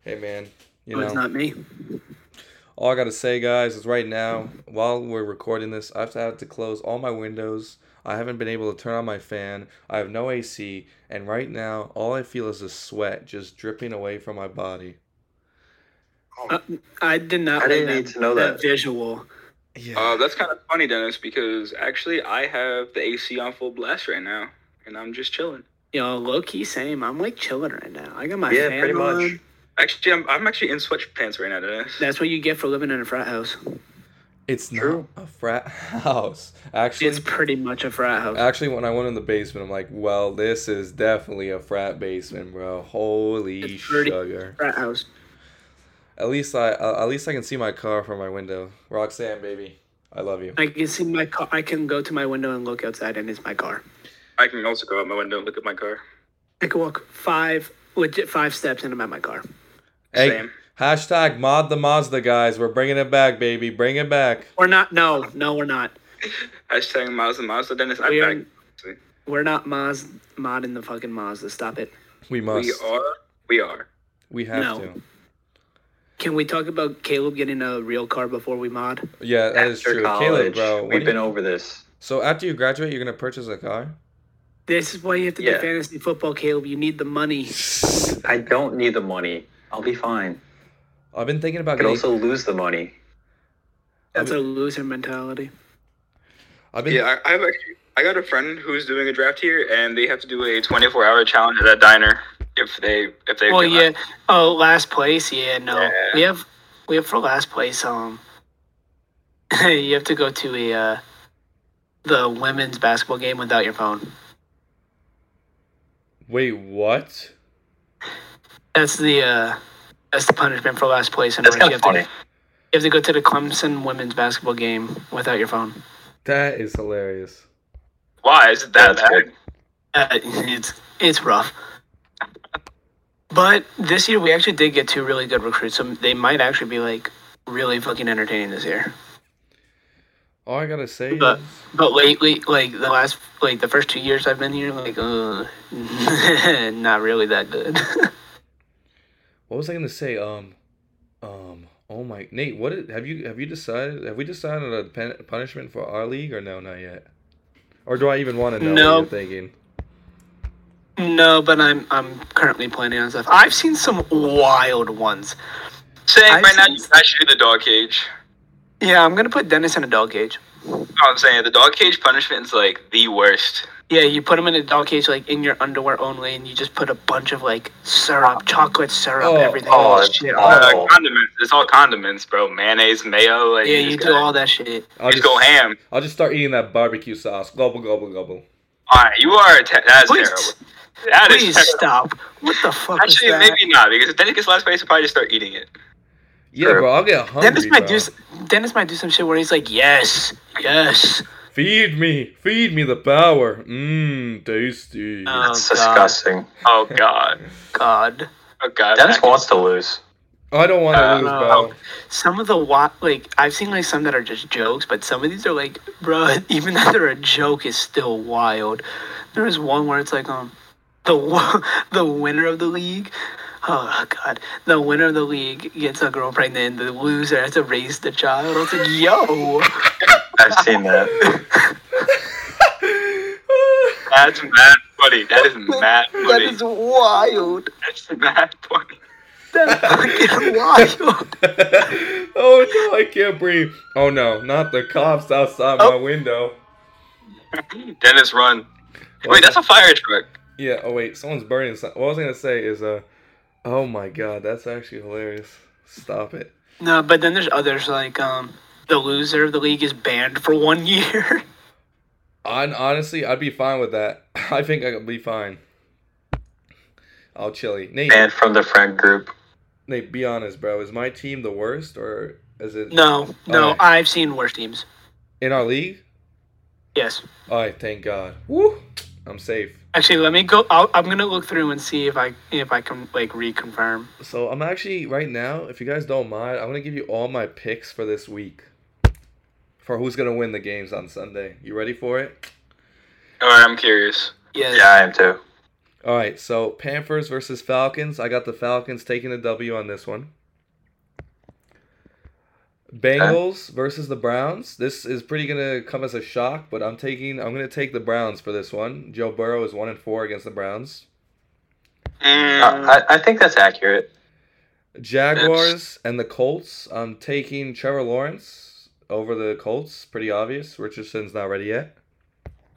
[SPEAKER 3] Hey man, you
[SPEAKER 2] No,
[SPEAKER 3] know.
[SPEAKER 2] it's not me.
[SPEAKER 3] All I gotta say, guys, is right now, while we're recording this, I've had to close all my windows. I haven't been able to turn on my fan. I have no AC, and right now, all I feel is the sweat just dripping away from my body.
[SPEAKER 2] Uh, I did not.
[SPEAKER 4] I didn't
[SPEAKER 2] like
[SPEAKER 4] need to know that.
[SPEAKER 2] visual.
[SPEAKER 3] Yeah.
[SPEAKER 1] Uh, that's kind of funny, Dennis, because actually I have the AC on full blast right now, and I'm just chilling.
[SPEAKER 2] Yo, low key, same. I'm like chilling right now. I got my
[SPEAKER 4] yeah,
[SPEAKER 2] fan
[SPEAKER 4] pretty much.
[SPEAKER 2] on.
[SPEAKER 1] Actually, I'm, I'm actually in sweatpants right now, Dennis.
[SPEAKER 2] That's what you get for living in a frat house.
[SPEAKER 3] it's
[SPEAKER 4] true.
[SPEAKER 3] not a frat house. Actually,
[SPEAKER 2] It's pretty much a frat house.
[SPEAKER 4] Uh,
[SPEAKER 3] actually, when I went in the basement, I'm like, well, this is definitely a frat basement, bro. Holy
[SPEAKER 2] It's pretty-
[SPEAKER 3] sugar.
[SPEAKER 2] frat house.
[SPEAKER 3] At least I, uh, at least I can see my car from my window. Roxanne, baby, I love you.
[SPEAKER 2] I can see my car. I can go to my window and look outside, and it's my car.
[SPEAKER 1] I can also go out my window and look at my car.
[SPEAKER 2] I can walk five, legit five steps, and I'm at my car.
[SPEAKER 3] Hey,
[SPEAKER 1] Same.
[SPEAKER 3] hashtag mod the Mazda guys. We're bringing it back, baby. Bring it back.
[SPEAKER 2] We're not. No, no, we're not.
[SPEAKER 1] Hashtag Mazda Mazda Dennis. I'm
[SPEAKER 2] We
[SPEAKER 1] back.
[SPEAKER 2] are, we're not Maz modding the fucking Mazda. Stop it.
[SPEAKER 3] We must.
[SPEAKER 1] We
[SPEAKER 3] We,
[SPEAKER 1] are. We are.
[SPEAKER 3] have
[SPEAKER 2] No.
[SPEAKER 3] to.
[SPEAKER 2] Can we talk about Caleb getting a real car before we mod?
[SPEAKER 3] Yeah, that is
[SPEAKER 4] After
[SPEAKER 3] true. Caleb,
[SPEAKER 4] college,
[SPEAKER 3] bro. when
[SPEAKER 4] we've
[SPEAKER 3] you-
[SPEAKER 4] been over this.
[SPEAKER 3] so after you graduate, you're gonna purchase a car.
[SPEAKER 2] This is why you have to
[SPEAKER 4] Yeah.
[SPEAKER 2] do fantasy football, Caleb. You need the money.
[SPEAKER 4] I don't need the money. I'll be fine.
[SPEAKER 3] I've been thinking
[SPEAKER 4] I
[SPEAKER 3] about
[SPEAKER 4] could
[SPEAKER 3] getting.
[SPEAKER 4] also lose the money.
[SPEAKER 2] That's a loser mentality.
[SPEAKER 3] I've been.
[SPEAKER 1] Yeah, I, I've actually, I got a friend who's doing a draft here, and they have to do a 24 hour challenge at a diner if they if they.
[SPEAKER 2] Oh
[SPEAKER 1] do
[SPEAKER 2] yeah.
[SPEAKER 1] that.
[SPEAKER 2] Oh, last place. Yeah, no.
[SPEAKER 1] Yeah.
[SPEAKER 2] We have we have for last place. Um, you have to go to a uh, the women's basketball game without your phone.
[SPEAKER 3] Wait, what?
[SPEAKER 2] That's the uh, that's the punishment for last place. And
[SPEAKER 4] That's
[SPEAKER 2] you have
[SPEAKER 4] kind of funny.
[SPEAKER 2] to you have to go to the Clemson women's basketball game without your phone.
[SPEAKER 3] That is hilarious.
[SPEAKER 1] Why is it that
[SPEAKER 4] That's
[SPEAKER 1] bad?
[SPEAKER 4] good.
[SPEAKER 2] Uh, it's it's rough. But this year we actually did get two really good recruits, so they might actually be like really fucking entertaining this year.
[SPEAKER 3] All I gotta say
[SPEAKER 2] But-
[SPEAKER 3] is,
[SPEAKER 2] But lately, like the last, like the first two years I've been here, like, uh, not really that good.
[SPEAKER 3] what was I gonna say? Um, um. Oh my, Nate. What did, have you have you decided? Have we decided on a pen, punishment for our league or no? Not yet. Or do I even want to know
[SPEAKER 2] No.
[SPEAKER 3] what you're thinking?
[SPEAKER 2] no, but I'm I'm currently planning on stuff. I've seen some wild ones.
[SPEAKER 1] Saying
[SPEAKER 2] I've
[SPEAKER 1] right now,
[SPEAKER 2] seen-
[SPEAKER 1] you guys should do the dog cage.
[SPEAKER 2] Yeah, I'm gonna put Dennis in a dog cage.
[SPEAKER 1] No, I'm saying the dog cage punishment is like the worst.
[SPEAKER 2] Yeah, you put him in a dog cage, like in your underwear only, and you just put a bunch of like syrup, chocolate syrup,
[SPEAKER 3] Oh,
[SPEAKER 2] everything.
[SPEAKER 4] oh,
[SPEAKER 2] Oh, shit.
[SPEAKER 4] oh.
[SPEAKER 2] on it.
[SPEAKER 1] Uh, condiments. It's all condiments, bro. Mayonnaise, mayo. Like,
[SPEAKER 2] yeah,
[SPEAKER 1] just
[SPEAKER 2] you do
[SPEAKER 1] gotta-
[SPEAKER 2] all that shit.
[SPEAKER 3] I'll
[SPEAKER 1] just go ham.
[SPEAKER 3] I'll just start eating that barbecue sauce. Gobble, gobble, gobble.
[SPEAKER 1] All right, you are. a Te- that's
[SPEAKER 2] Please,
[SPEAKER 1] terrible. That is
[SPEAKER 2] please
[SPEAKER 1] terrible.
[SPEAKER 2] stop. What the fuck
[SPEAKER 1] Actually,
[SPEAKER 2] is that?
[SPEAKER 1] maybe not because then it gets last place. He'll probably just start eating it.
[SPEAKER 3] Yeah,
[SPEAKER 4] Sure.
[SPEAKER 3] bro, I'll get hungry.
[SPEAKER 2] Dennis might do.
[SPEAKER 3] bro.
[SPEAKER 2] s- Dennis might do some shit where he's like, "Yes, yes."
[SPEAKER 3] Feed me, feed me the power. Mmm, tasty.
[SPEAKER 2] Oh,
[SPEAKER 4] That's
[SPEAKER 2] God.
[SPEAKER 4] disgusting.
[SPEAKER 1] Oh God.
[SPEAKER 2] God.
[SPEAKER 1] Oh God.
[SPEAKER 4] Dennis
[SPEAKER 1] that-
[SPEAKER 4] wants to lose.
[SPEAKER 3] I don't want to
[SPEAKER 1] Uh,
[SPEAKER 3] lose, bro.
[SPEAKER 2] Some of the wa- like I've seen like some that are just jokes, but some of these are like, bro, even though they're a joke, is still wild. There is one where it's like, um, the wa- the winner of the league, oh god, the winner of the league gets a girl pregnant, and the loser has to raise the child. I was like, yo,
[SPEAKER 4] I've seen that.
[SPEAKER 1] That's mad funny. That is mad funny.
[SPEAKER 2] that is wild.
[SPEAKER 1] That's mad funny.
[SPEAKER 2] That's fucking wild.
[SPEAKER 3] oh no, I can't breathe. Oh no, not the cops outside my
[SPEAKER 2] Oh.
[SPEAKER 3] window.
[SPEAKER 1] Dennis, run.
[SPEAKER 3] What?
[SPEAKER 1] Wait, that's a fire truck.
[SPEAKER 3] Yeah. Oh wait, someone's burning. Some- what I was gonna say is, uh, oh my god, that's actually hilarious. Stop it.
[SPEAKER 2] No, but then there's others like um, the loser of the league is banned for one year.
[SPEAKER 3] i honestly, I'd be fine with that. I think I'll be fine. I'll chili. Nate,
[SPEAKER 4] Man from the friend group.
[SPEAKER 3] Nate, be honest, bro. Is my team the worst or is it
[SPEAKER 2] No, no,
[SPEAKER 3] Alright.
[SPEAKER 2] I've seen worse teams.
[SPEAKER 3] in our league?
[SPEAKER 2] Yes.
[SPEAKER 3] All right, thank God. Woo! I'm safe.
[SPEAKER 2] Actually, let me go. I'll, I'm gonna look through and see if I if I can like reconfirm.
[SPEAKER 3] So I'm actually right now, if you guys don't mind, I'm gonna give you all my picks for this week. For who's gonna win the games on Sunday. You ready for it?
[SPEAKER 1] All right, I'm curious.
[SPEAKER 2] Yes.
[SPEAKER 4] Yeah, I am too.
[SPEAKER 3] All right, so Panthers versus Falcons. I got the Falcons taking the W on this one. Bengals versus the Browns. This is pretty gonna come as a shock, but I'm taking I'm gonna take the Browns for this one. Joe Burrow is one and four against the Browns.
[SPEAKER 2] Mm.
[SPEAKER 1] Mm.
[SPEAKER 4] Uh, I, I think that's accurate.
[SPEAKER 3] Jaguars and the Colts. I'm taking Trevor Lawrence over the Colts. Pretty obvious. Richardson's not ready yet.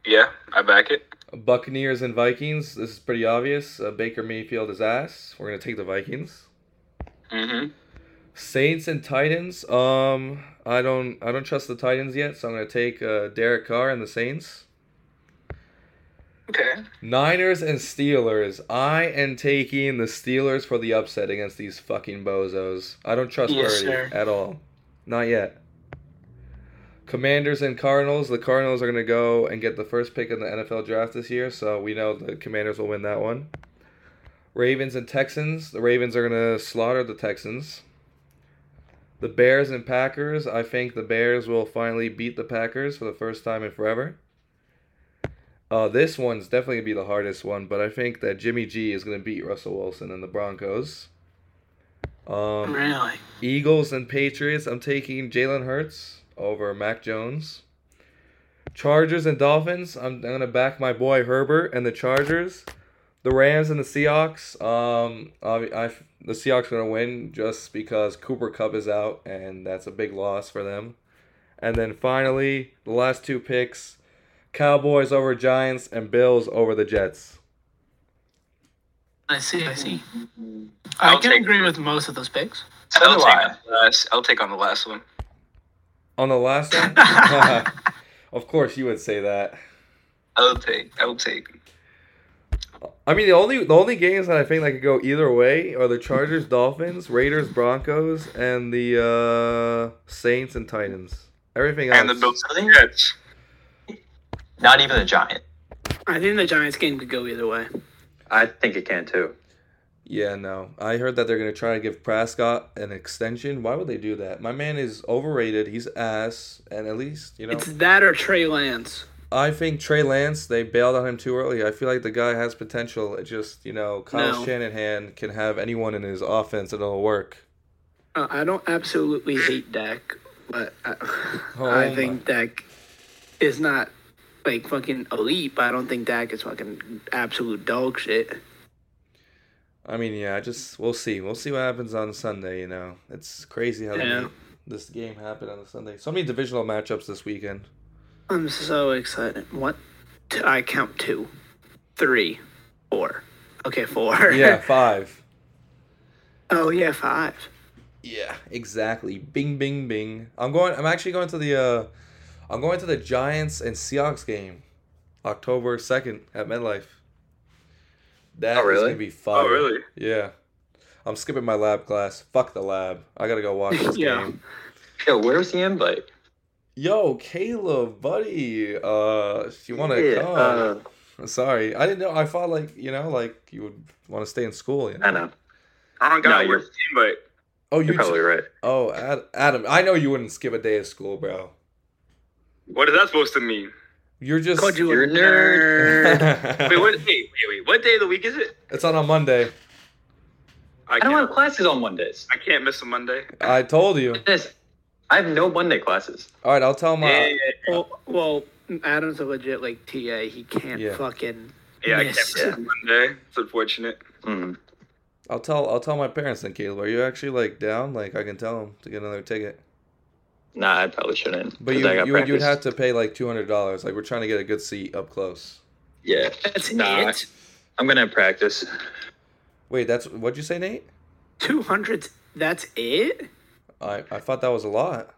[SPEAKER 1] yeah, I back it.
[SPEAKER 3] Buccaneers and Vikings. This is pretty obvious. Uh, Baker Mayfield is ass. We're gonna take the Vikings.
[SPEAKER 1] Mm-hmm.
[SPEAKER 3] Saints and Titans. Um, I don't I don't trust the Titans yet, so I'm gonna take uh, Derek Carr and the Saints.
[SPEAKER 1] Okay.
[SPEAKER 3] Niners and Steelers. I am taking the Steelers for the upset against these fucking bozos. I don't trust
[SPEAKER 2] Yes,
[SPEAKER 3] Purdy
[SPEAKER 2] sir.
[SPEAKER 3] at all. Not yet. Commanders and Cardinals. The Cardinals are going to go and get the first pick in the NFL draft this year, so we know the Commanders will win that one. Ravens and Texans. The Ravens are going to slaughter the Texans. The Bears and Packers. I think the Bears will finally beat the Packers for the first time in forever. Uh, this one's definitely gonna be the hardest one, but I think that Jimmy G is gonna beat Russell Wilson and the Broncos. Um,
[SPEAKER 2] Really?
[SPEAKER 3] Eagles and Patriots. I'm taking Jalen Hurts over Mac Jones. Chargers and Dolphins. I'm, I'm gonna back my boy Herbert and the Chargers. The Rams and the Seahawks. Um, I, I the Seahawks are gonna win just because Cooper Cup is out, and that's a big loss for them. And then finally, the last two picks: Cowboys over Giants and Bills over the Jets.
[SPEAKER 2] I see. I see. I
[SPEAKER 1] I'll
[SPEAKER 2] can
[SPEAKER 1] take-
[SPEAKER 2] agree with most of those picks.
[SPEAKER 4] So
[SPEAKER 1] I'll
[SPEAKER 4] do
[SPEAKER 1] take,
[SPEAKER 4] I.
[SPEAKER 1] on the last, I'll take on the last one.
[SPEAKER 3] On the last one, of course you would say that.
[SPEAKER 1] I'll take. I'll take.
[SPEAKER 3] I mean, the only the only games that I think that could go either way are the Chargers, Dolphins, Raiders, Broncos, and the uh, Saints and Titans. Everything else.
[SPEAKER 1] And the Bills.
[SPEAKER 4] I think
[SPEAKER 1] Jets.
[SPEAKER 4] Not even the Giant.
[SPEAKER 2] I think the Giants game could go either way.
[SPEAKER 4] I think it can too.
[SPEAKER 3] Yeah, no. I heard that they're gonna try to give Prescott an extension. Why would they do that? My man is overrated. He's ass, and at least you know.
[SPEAKER 2] It's that or Trey Lance.
[SPEAKER 3] I think Trey Lance. They bailed on him too early. I feel like the guy has potential. It just you know Kyle
[SPEAKER 2] No.
[SPEAKER 3] Shanahan can have anyone in his offense and it'll work.
[SPEAKER 2] Uh, I don't absolutely hate Dak, but I,
[SPEAKER 3] Oh
[SPEAKER 2] I
[SPEAKER 3] my.
[SPEAKER 2] think Dak is not like fucking elite. But I don't think Dak is fucking absolute dog shit.
[SPEAKER 3] I mean, yeah, I just we'll see. We'll see what happens on Sunday. You know, it's crazy how
[SPEAKER 2] Yeah.
[SPEAKER 3] the, this game happened on a Sunday. So many divisional matchups this weekend.
[SPEAKER 2] I'm so excited. What? T- I count two, three, four. Okay, four.
[SPEAKER 3] Yeah, five.
[SPEAKER 2] oh yeah, five.
[SPEAKER 3] Yeah, exactly. Bing, bing, bing. I'm going. I'm actually going to the. uh I'm going to the Giants and Seahawks game, October second at MedLife. That
[SPEAKER 4] Oh,
[SPEAKER 3] is
[SPEAKER 4] really?
[SPEAKER 3] gonna be fun.
[SPEAKER 1] Oh, really?
[SPEAKER 3] Yeah. I'm skipping my lab class. Fuck the lab. I gotta go watch this
[SPEAKER 2] Yeah.
[SPEAKER 3] game.
[SPEAKER 4] Yo, where's the invite?
[SPEAKER 3] Yo, Caleb, buddy. Uh, if you wanna
[SPEAKER 4] Yeah,
[SPEAKER 3] come?
[SPEAKER 4] uh,
[SPEAKER 3] Sorry, I didn't know. I thought like you know, like you would want to stay in school. You know?
[SPEAKER 4] I know.
[SPEAKER 1] I don't
[SPEAKER 4] No,
[SPEAKER 1] got your
[SPEAKER 4] you're-
[SPEAKER 1] team, but
[SPEAKER 3] Oh, you.
[SPEAKER 4] You're probably
[SPEAKER 3] T-
[SPEAKER 4] right.
[SPEAKER 3] oh, Ad- Adam. I know you wouldn't skip a day of school, bro.
[SPEAKER 1] what is that supposed to mean?
[SPEAKER 3] You're just.
[SPEAKER 2] Called you
[SPEAKER 4] You're
[SPEAKER 2] a
[SPEAKER 4] a nerd.
[SPEAKER 2] nerd.
[SPEAKER 1] Wait, what? Wait, wait, wait. What day of the week is it?
[SPEAKER 3] it's on a Monday.
[SPEAKER 1] I
[SPEAKER 4] I don't have
[SPEAKER 1] can't.
[SPEAKER 4] classes on Mondays.
[SPEAKER 1] I can't miss a Monday.
[SPEAKER 3] I told you.
[SPEAKER 4] This, I have no Monday classes.
[SPEAKER 3] All right, I'll tell my.
[SPEAKER 1] Yeah, yeah,
[SPEAKER 2] well, well, Adam's a legit like TA. He can't
[SPEAKER 3] Yeah.
[SPEAKER 2] fucking.
[SPEAKER 1] yeah, I can't
[SPEAKER 2] Yes.
[SPEAKER 1] miss a Monday. It's unfortunate.
[SPEAKER 4] Mm.
[SPEAKER 3] I'll tell. I'll tell my parents then, Caleb. Are you actually like down? Like I can tell them to get another ticket.
[SPEAKER 4] Nah, I probably shouldn't.
[SPEAKER 3] But
[SPEAKER 4] 'cause
[SPEAKER 3] you
[SPEAKER 4] I got
[SPEAKER 3] you would, you would
[SPEAKER 4] practice.
[SPEAKER 3] have to pay like two hundred dollars. Like we're trying to get a good seat up close.
[SPEAKER 4] Yeah.
[SPEAKER 2] That's
[SPEAKER 4] Nah.
[SPEAKER 2] it.
[SPEAKER 4] I'm gonna have practice.
[SPEAKER 3] Wait, that's what'd you say, Nate?
[SPEAKER 2] Two hundred. That's it.
[SPEAKER 3] I I thought that was a lot.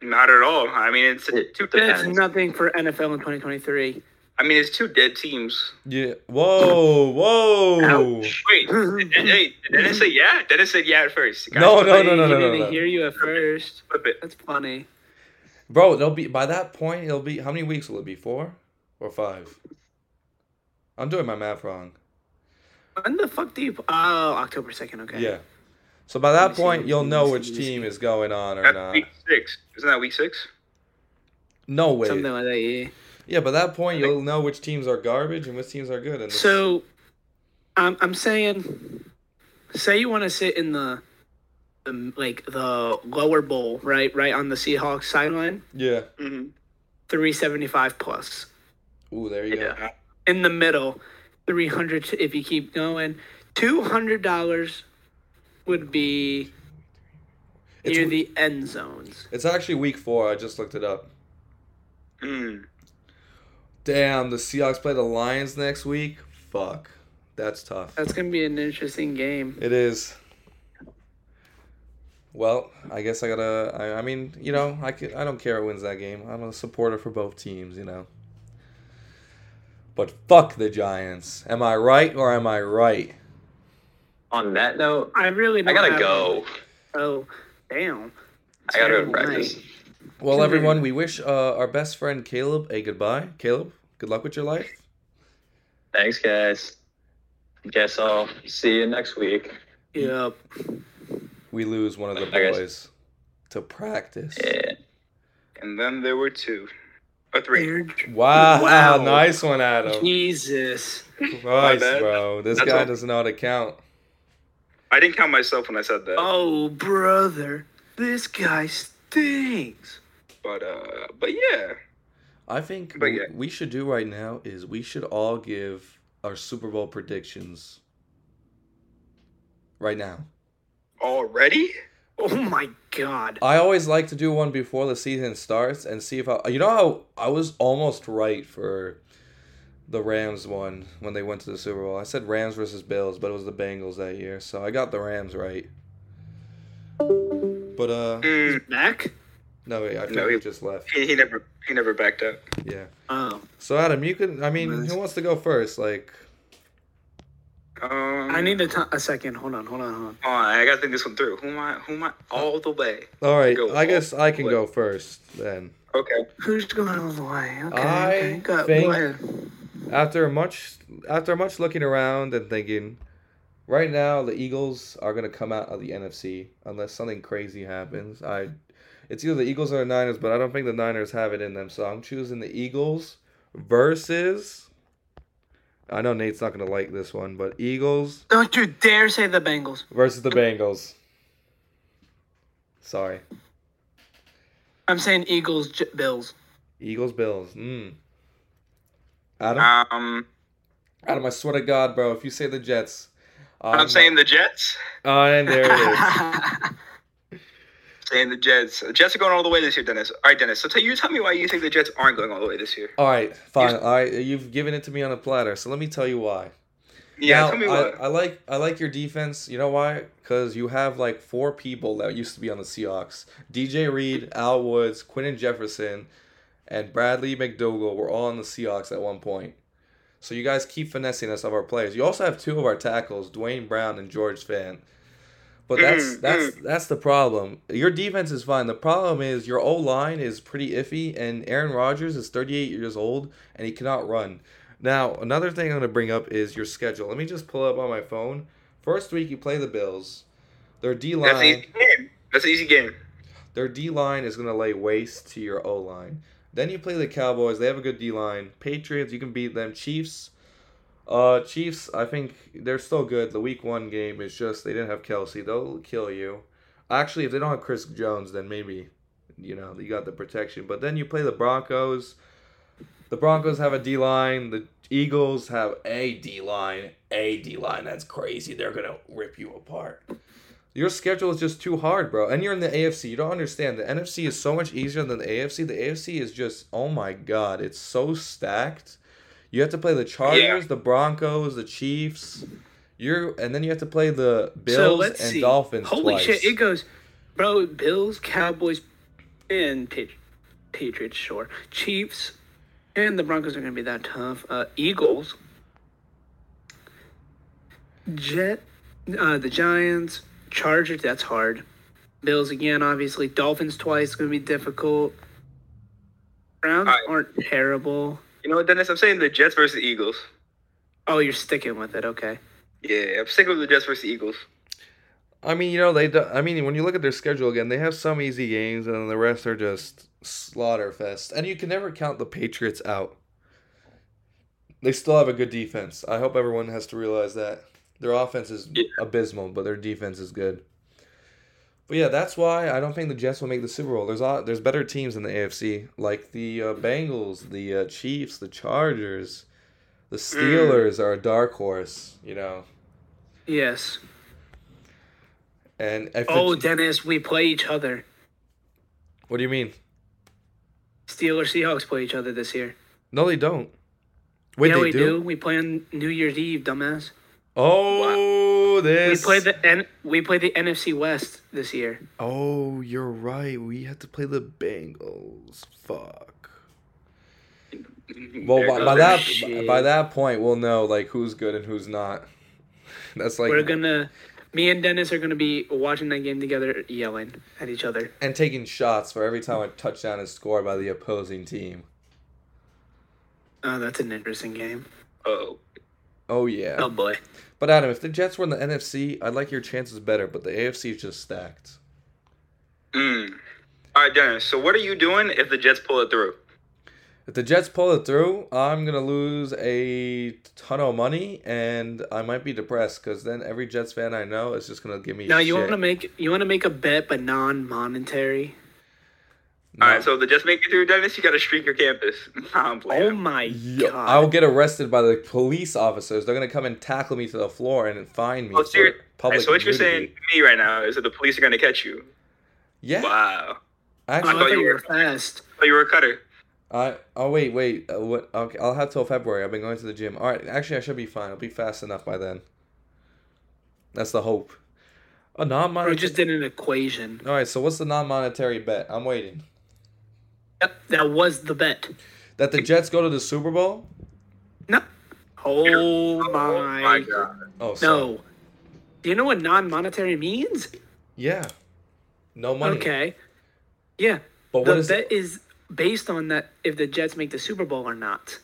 [SPEAKER 1] Not at all. I mean, it's
[SPEAKER 4] It
[SPEAKER 1] two
[SPEAKER 4] depends.
[SPEAKER 2] That's nothing for NFL in 2023.
[SPEAKER 1] I mean, it's two dead teams.
[SPEAKER 3] Yeah. Whoa, whoa.
[SPEAKER 1] Wait, did- hey, Dennis said yeah. Dennis said yeah at first. Guys,
[SPEAKER 3] Oh, No, no,
[SPEAKER 2] Hey,
[SPEAKER 3] no, no,
[SPEAKER 2] he
[SPEAKER 3] no, no,
[SPEAKER 2] didn't
[SPEAKER 3] no.
[SPEAKER 2] hear you at first.
[SPEAKER 1] flip it.
[SPEAKER 2] That's funny.
[SPEAKER 3] Bro, it'll be by that point. It'll be how many weeks will it be? Four or five? I'm doing my math wrong.
[SPEAKER 2] When the fuck do you? Oh, October second. Okay.
[SPEAKER 3] Yeah. So by
[SPEAKER 2] Let
[SPEAKER 3] that
[SPEAKER 2] me see,
[SPEAKER 3] point, you'll
[SPEAKER 2] let me
[SPEAKER 3] know
[SPEAKER 2] see,
[SPEAKER 3] which
[SPEAKER 2] let me see.
[SPEAKER 3] team is going on or
[SPEAKER 1] That's
[SPEAKER 3] not.
[SPEAKER 1] week six. Isn't that week six?
[SPEAKER 3] No way.
[SPEAKER 2] Something like that. Yeah.
[SPEAKER 3] Yeah, by that point, you'll know which teams are garbage and which teams are good. And this-
[SPEAKER 2] So, I'm I'm saying, say you want to sit in the, the like the lower bowl, right, right on the Seahawks sideline,
[SPEAKER 3] yeah.
[SPEAKER 1] Mm-hmm.
[SPEAKER 2] three seventy five plus.
[SPEAKER 3] Ooh, there you go.
[SPEAKER 1] Yeah.
[SPEAKER 2] In the middle, three hundred t- if you keep going. Two hundred dollars would be
[SPEAKER 3] It's
[SPEAKER 2] near
[SPEAKER 3] w-
[SPEAKER 2] the end zones.
[SPEAKER 3] It's actually week four. I just looked it up.
[SPEAKER 1] Mm.
[SPEAKER 3] Damn, the Seahawks play the Lions next week. Fuck, that's tough.
[SPEAKER 2] That's gonna be an interesting game.
[SPEAKER 3] It is. Well, I guess I gotta. I, I mean, you know, I could, I don't care who wins that game. I'm a supporter for both teams, you know. But fuck the Giants. Am I right or am I right?
[SPEAKER 4] On that note,
[SPEAKER 2] I really.
[SPEAKER 4] I
[SPEAKER 2] Don't
[SPEAKER 4] gotta
[SPEAKER 2] have-
[SPEAKER 4] go.
[SPEAKER 2] Oh, damn.
[SPEAKER 4] I gotta go to
[SPEAKER 2] Nice.
[SPEAKER 4] practice.
[SPEAKER 3] Well, everyone, we wish uh, our best friend Caleb a goodbye. Caleb, good luck with your life.
[SPEAKER 4] Thanks, guys. Guess I'll see you next week. Mm.
[SPEAKER 2] Yep.
[SPEAKER 3] We lose one of the
[SPEAKER 4] I guess-
[SPEAKER 3] boys to practice.
[SPEAKER 4] Yeah.
[SPEAKER 1] And then there were two, or three.
[SPEAKER 2] Weird.
[SPEAKER 3] Wow,
[SPEAKER 2] Wow.
[SPEAKER 3] nice one, Adam.
[SPEAKER 2] Jesus.
[SPEAKER 3] Nice,
[SPEAKER 1] bad.
[SPEAKER 3] bro. This
[SPEAKER 1] That's
[SPEAKER 3] guy
[SPEAKER 1] all.
[SPEAKER 3] doesn't know how to count.
[SPEAKER 1] I didn't count myself when I said that.
[SPEAKER 2] Oh, brother. This guy stinks.
[SPEAKER 1] But uh, but yeah.
[SPEAKER 3] I think
[SPEAKER 1] But
[SPEAKER 3] what
[SPEAKER 1] yeah.
[SPEAKER 3] we should do right now is we should all give our Super Bowl predictions right now.
[SPEAKER 1] Already?
[SPEAKER 2] Oh my god.
[SPEAKER 3] I always like to do one before the season starts and see if I. You know how I was almost right for the Rams one when they went to the Super Bowl. I said Rams versus Bills, but it was the Bengals that year, so I got the Rams right. But uh,
[SPEAKER 1] Mm,
[SPEAKER 2] Back?
[SPEAKER 3] no, wait, I think
[SPEAKER 1] No,
[SPEAKER 3] he
[SPEAKER 1] he-
[SPEAKER 3] just left.
[SPEAKER 1] he, he never he never backed up.
[SPEAKER 3] Yeah.
[SPEAKER 2] Oh.
[SPEAKER 3] So Adam, you can. I mean,
[SPEAKER 2] Nice.
[SPEAKER 3] who wants to go first? Like,
[SPEAKER 1] Um,
[SPEAKER 2] I need a ti- a second. Hold on, hold on, hold on.
[SPEAKER 1] Hold on, I gotta think this one through. Who am I? Who am I? All the way.
[SPEAKER 3] all right,
[SPEAKER 1] Go.
[SPEAKER 3] I guess I can go first then.
[SPEAKER 1] Okay.
[SPEAKER 2] Who's going all the way? Okay,
[SPEAKER 3] I
[SPEAKER 2] okay. Go,
[SPEAKER 3] think-
[SPEAKER 2] go ahead.
[SPEAKER 3] after much after much looking around and thinking right now the eagles are going to come out of the nfc unless something crazy happens i it's either the eagles or the niners but i don't think the niners have it in them so i'm choosing the eagles versus i know nate's not going to like this one but eagles
[SPEAKER 2] Don't you dare say the Bengals.
[SPEAKER 3] versus the bengals sorry
[SPEAKER 2] I'm saying Eagles, J- Bills.
[SPEAKER 3] eagles bills mm. adam
[SPEAKER 1] Um,
[SPEAKER 3] adam i swear to god bro if you say the jets
[SPEAKER 1] I'm saying the Jets.
[SPEAKER 3] oh and there it is
[SPEAKER 1] Saying the Jets. The Jets are going all the way this year, Dennis. All right, Dennis. So tell you tell me why you think the Jets aren't going all the way this year.
[SPEAKER 3] All right, fine. All right, you've given it to me on a platter, so let me tell you why.
[SPEAKER 1] Yeah,
[SPEAKER 3] Now,
[SPEAKER 1] tell me
[SPEAKER 3] I,
[SPEAKER 1] why.
[SPEAKER 3] I like I like your defense. You know why? Because you have like four people that used to be on the Seahawks: DJ Reed, Al Woods, Quinton Jefferson, and Bradley McDougal were all on the Seahawks at one point. So you guys keep finessing us of our players. You also have two of our tackles, Dwayne Brown and George Fan. But that's
[SPEAKER 1] Mm,
[SPEAKER 3] that's that's the problem. Your defense is fine. The problem is your O line is pretty iffy, and Aaron Rodgers is 38 years old and he cannot run. Now another thing I'm gonna bring up is your schedule. Let me just pull up on my phone. First week you play the Bills. Their D
[SPEAKER 1] That's an easy
[SPEAKER 3] line
[SPEAKER 1] game. That's an easy game.
[SPEAKER 3] their D line is going to lay waste to your O line. Then you play the Cowboys. They have a good D line. Patriots, you can beat them. Chiefs, uh, Chiefs. I think they're still good. The Week One game is just they didn't have Kelsey. They'll kill you. Actually, if they don't have Chris Jones, then maybe you know you got the protection. But then you play the Broncos. The Broncos have a D line. The Eagles have a D line. A D line. That's crazy. They're gonna rip you apart. Your schedule is just too hard, bro. And you're in the AFC. You don't understand. The NFC is so much easier than the AFC. The AFC is just, oh my God, it's so stacked. You have to play the Chargers, the Broncos, the Chiefs. You're, and then you have to play the Bills and
[SPEAKER 2] let's see.
[SPEAKER 3] Dolphins
[SPEAKER 2] Holy
[SPEAKER 3] twice.
[SPEAKER 2] shit, it goes, bro. Bills, Cowboys, and Patri- Patriots. Sure, Chiefs, And the Broncos are going to be that tough. Uh, Eagles, Jet, uh, the Giants, Chargers. That's hard. Bills again, obviously. Dolphins twice. Going to be difficult. Browns
[SPEAKER 1] I-
[SPEAKER 2] aren't terrible.
[SPEAKER 1] You know what, Dennis? I'm saying the Jets versus Eagles.
[SPEAKER 2] Oh, you're sticking with it. Okay.
[SPEAKER 1] Yeah, I'm sticking with the Jets versus Eagles.
[SPEAKER 3] I mean, you know, they. Do, I mean, when you look at their schedule again, they have some easy games, and the rest are just slaughter fest. And you can never count the Patriots out. They still have a good defense. I hope everyone has to realize that their offense is
[SPEAKER 1] Yeah.
[SPEAKER 3] abysmal, but their defense is good. But yeah, that's why I don't think the Jets will make the Super Bowl. There's a, there's better teams in the AFC, like the uh, Bengals, the uh, Chiefs, the Chargers, the Steelers are a dark horse. You know,
[SPEAKER 2] Yes.
[SPEAKER 3] and if the-
[SPEAKER 2] Oh, Dennis, we play each other.
[SPEAKER 3] what do you mean?
[SPEAKER 2] Steelers Seahawks play each other this year.
[SPEAKER 3] No, they don't. Wait,
[SPEAKER 2] yeah,
[SPEAKER 3] they
[SPEAKER 2] we
[SPEAKER 3] do?
[SPEAKER 2] We play on New Year's Eve, dumbass.
[SPEAKER 3] Oh,
[SPEAKER 2] We
[SPEAKER 3] this.
[SPEAKER 2] play the N- we play the NFC West this year.
[SPEAKER 3] oh, you're right. We have to play the Bengals. Fuck. Well,
[SPEAKER 1] There
[SPEAKER 3] by,
[SPEAKER 1] goes
[SPEAKER 3] by
[SPEAKER 1] their
[SPEAKER 3] that
[SPEAKER 1] sh-
[SPEAKER 2] shit.
[SPEAKER 3] by that point, we'll know like who's good and who's not. That's like
[SPEAKER 2] We're gonna, me and Dennis are gonna be watching that game together, yelling at each other.
[SPEAKER 3] and taking shots for every time a touchdown is scored by the opposing team.
[SPEAKER 2] Oh, that's an interesting game.
[SPEAKER 1] Oh,
[SPEAKER 3] Oh yeah.
[SPEAKER 2] Oh boy.
[SPEAKER 3] But Adam, if the Jets were in the NFC, I'd like your chances better. But the AFC is just stacked.
[SPEAKER 1] mm. All right, Dennis. So what are you doing if the Jets pull it through?
[SPEAKER 3] If the Jets pull it through, I'm gonna lose a ton of money, and I might be depressed because then every Jets fan I know is just gonna give me.
[SPEAKER 2] Now you
[SPEAKER 3] shit.
[SPEAKER 2] want to make you want to make a bet, but non-monetary.
[SPEAKER 3] No.
[SPEAKER 1] All right, so if the Jets make it through, Dennis, you got to streak your campus. Nah, I'm
[SPEAKER 2] Oh
[SPEAKER 1] playing.
[SPEAKER 2] my
[SPEAKER 3] Yo,
[SPEAKER 2] god.
[SPEAKER 3] I will get arrested by the police officers. They're gonna come and tackle me to the floor and find me.
[SPEAKER 1] Oh,
[SPEAKER 3] for
[SPEAKER 1] serious? All
[SPEAKER 3] public
[SPEAKER 1] right, so what you're saying
[SPEAKER 3] nudity.
[SPEAKER 1] to me right now is that the police are going to catch you.
[SPEAKER 3] Yeah.
[SPEAKER 1] Wow.
[SPEAKER 2] Oh, I
[SPEAKER 3] Actually,
[SPEAKER 1] thought
[SPEAKER 2] thought
[SPEAKER 1] you
[SPEAKER 2] you
[SPEAKER 1] were-
[SPEAKER 2] were fast.
[SPEAKER 1] Oh, you were a cutter.
[SPEAKER 3] I. Oh wait, wait. Uh, what? Okay, I'll have till February. I've been going to the gym. All right. Actually, I should be fine. I'll be fast enough by then. That's the hope.
[SPEAKER 2] Bro,
[SPEAKER 3] A
[SPEAKER 2] We
[SPEAKER 3] non-monetary.
[SPEAKER 2] just did an equation.
[SPEAKER 3] All right. So what's the non-monetary bet? I'm waiting.
[SPEAKER 2] Yep, that was the bet.
[SPEAKER 3] That the Jets go to the Super Bowl?
[SPEAKER 2] No. Oh my.
[SPEAKER 1] god.
[SPEAKER 3] Oh, sorry.
[SPEAKER 2] No. Do you know what non-monetary means?
[SPEAKER 3] Yeah. No money.
[SPEAKER 2] Okay. Yeah.
[SPEAKER 3] But
[SPEAKER 2] the
[SPEAKER 3] what is
[SPEAKER 2] bet
[SPEAKER 3] it?
[SPEAKER 2] is based on that if the Jets make the Super Bowl or not.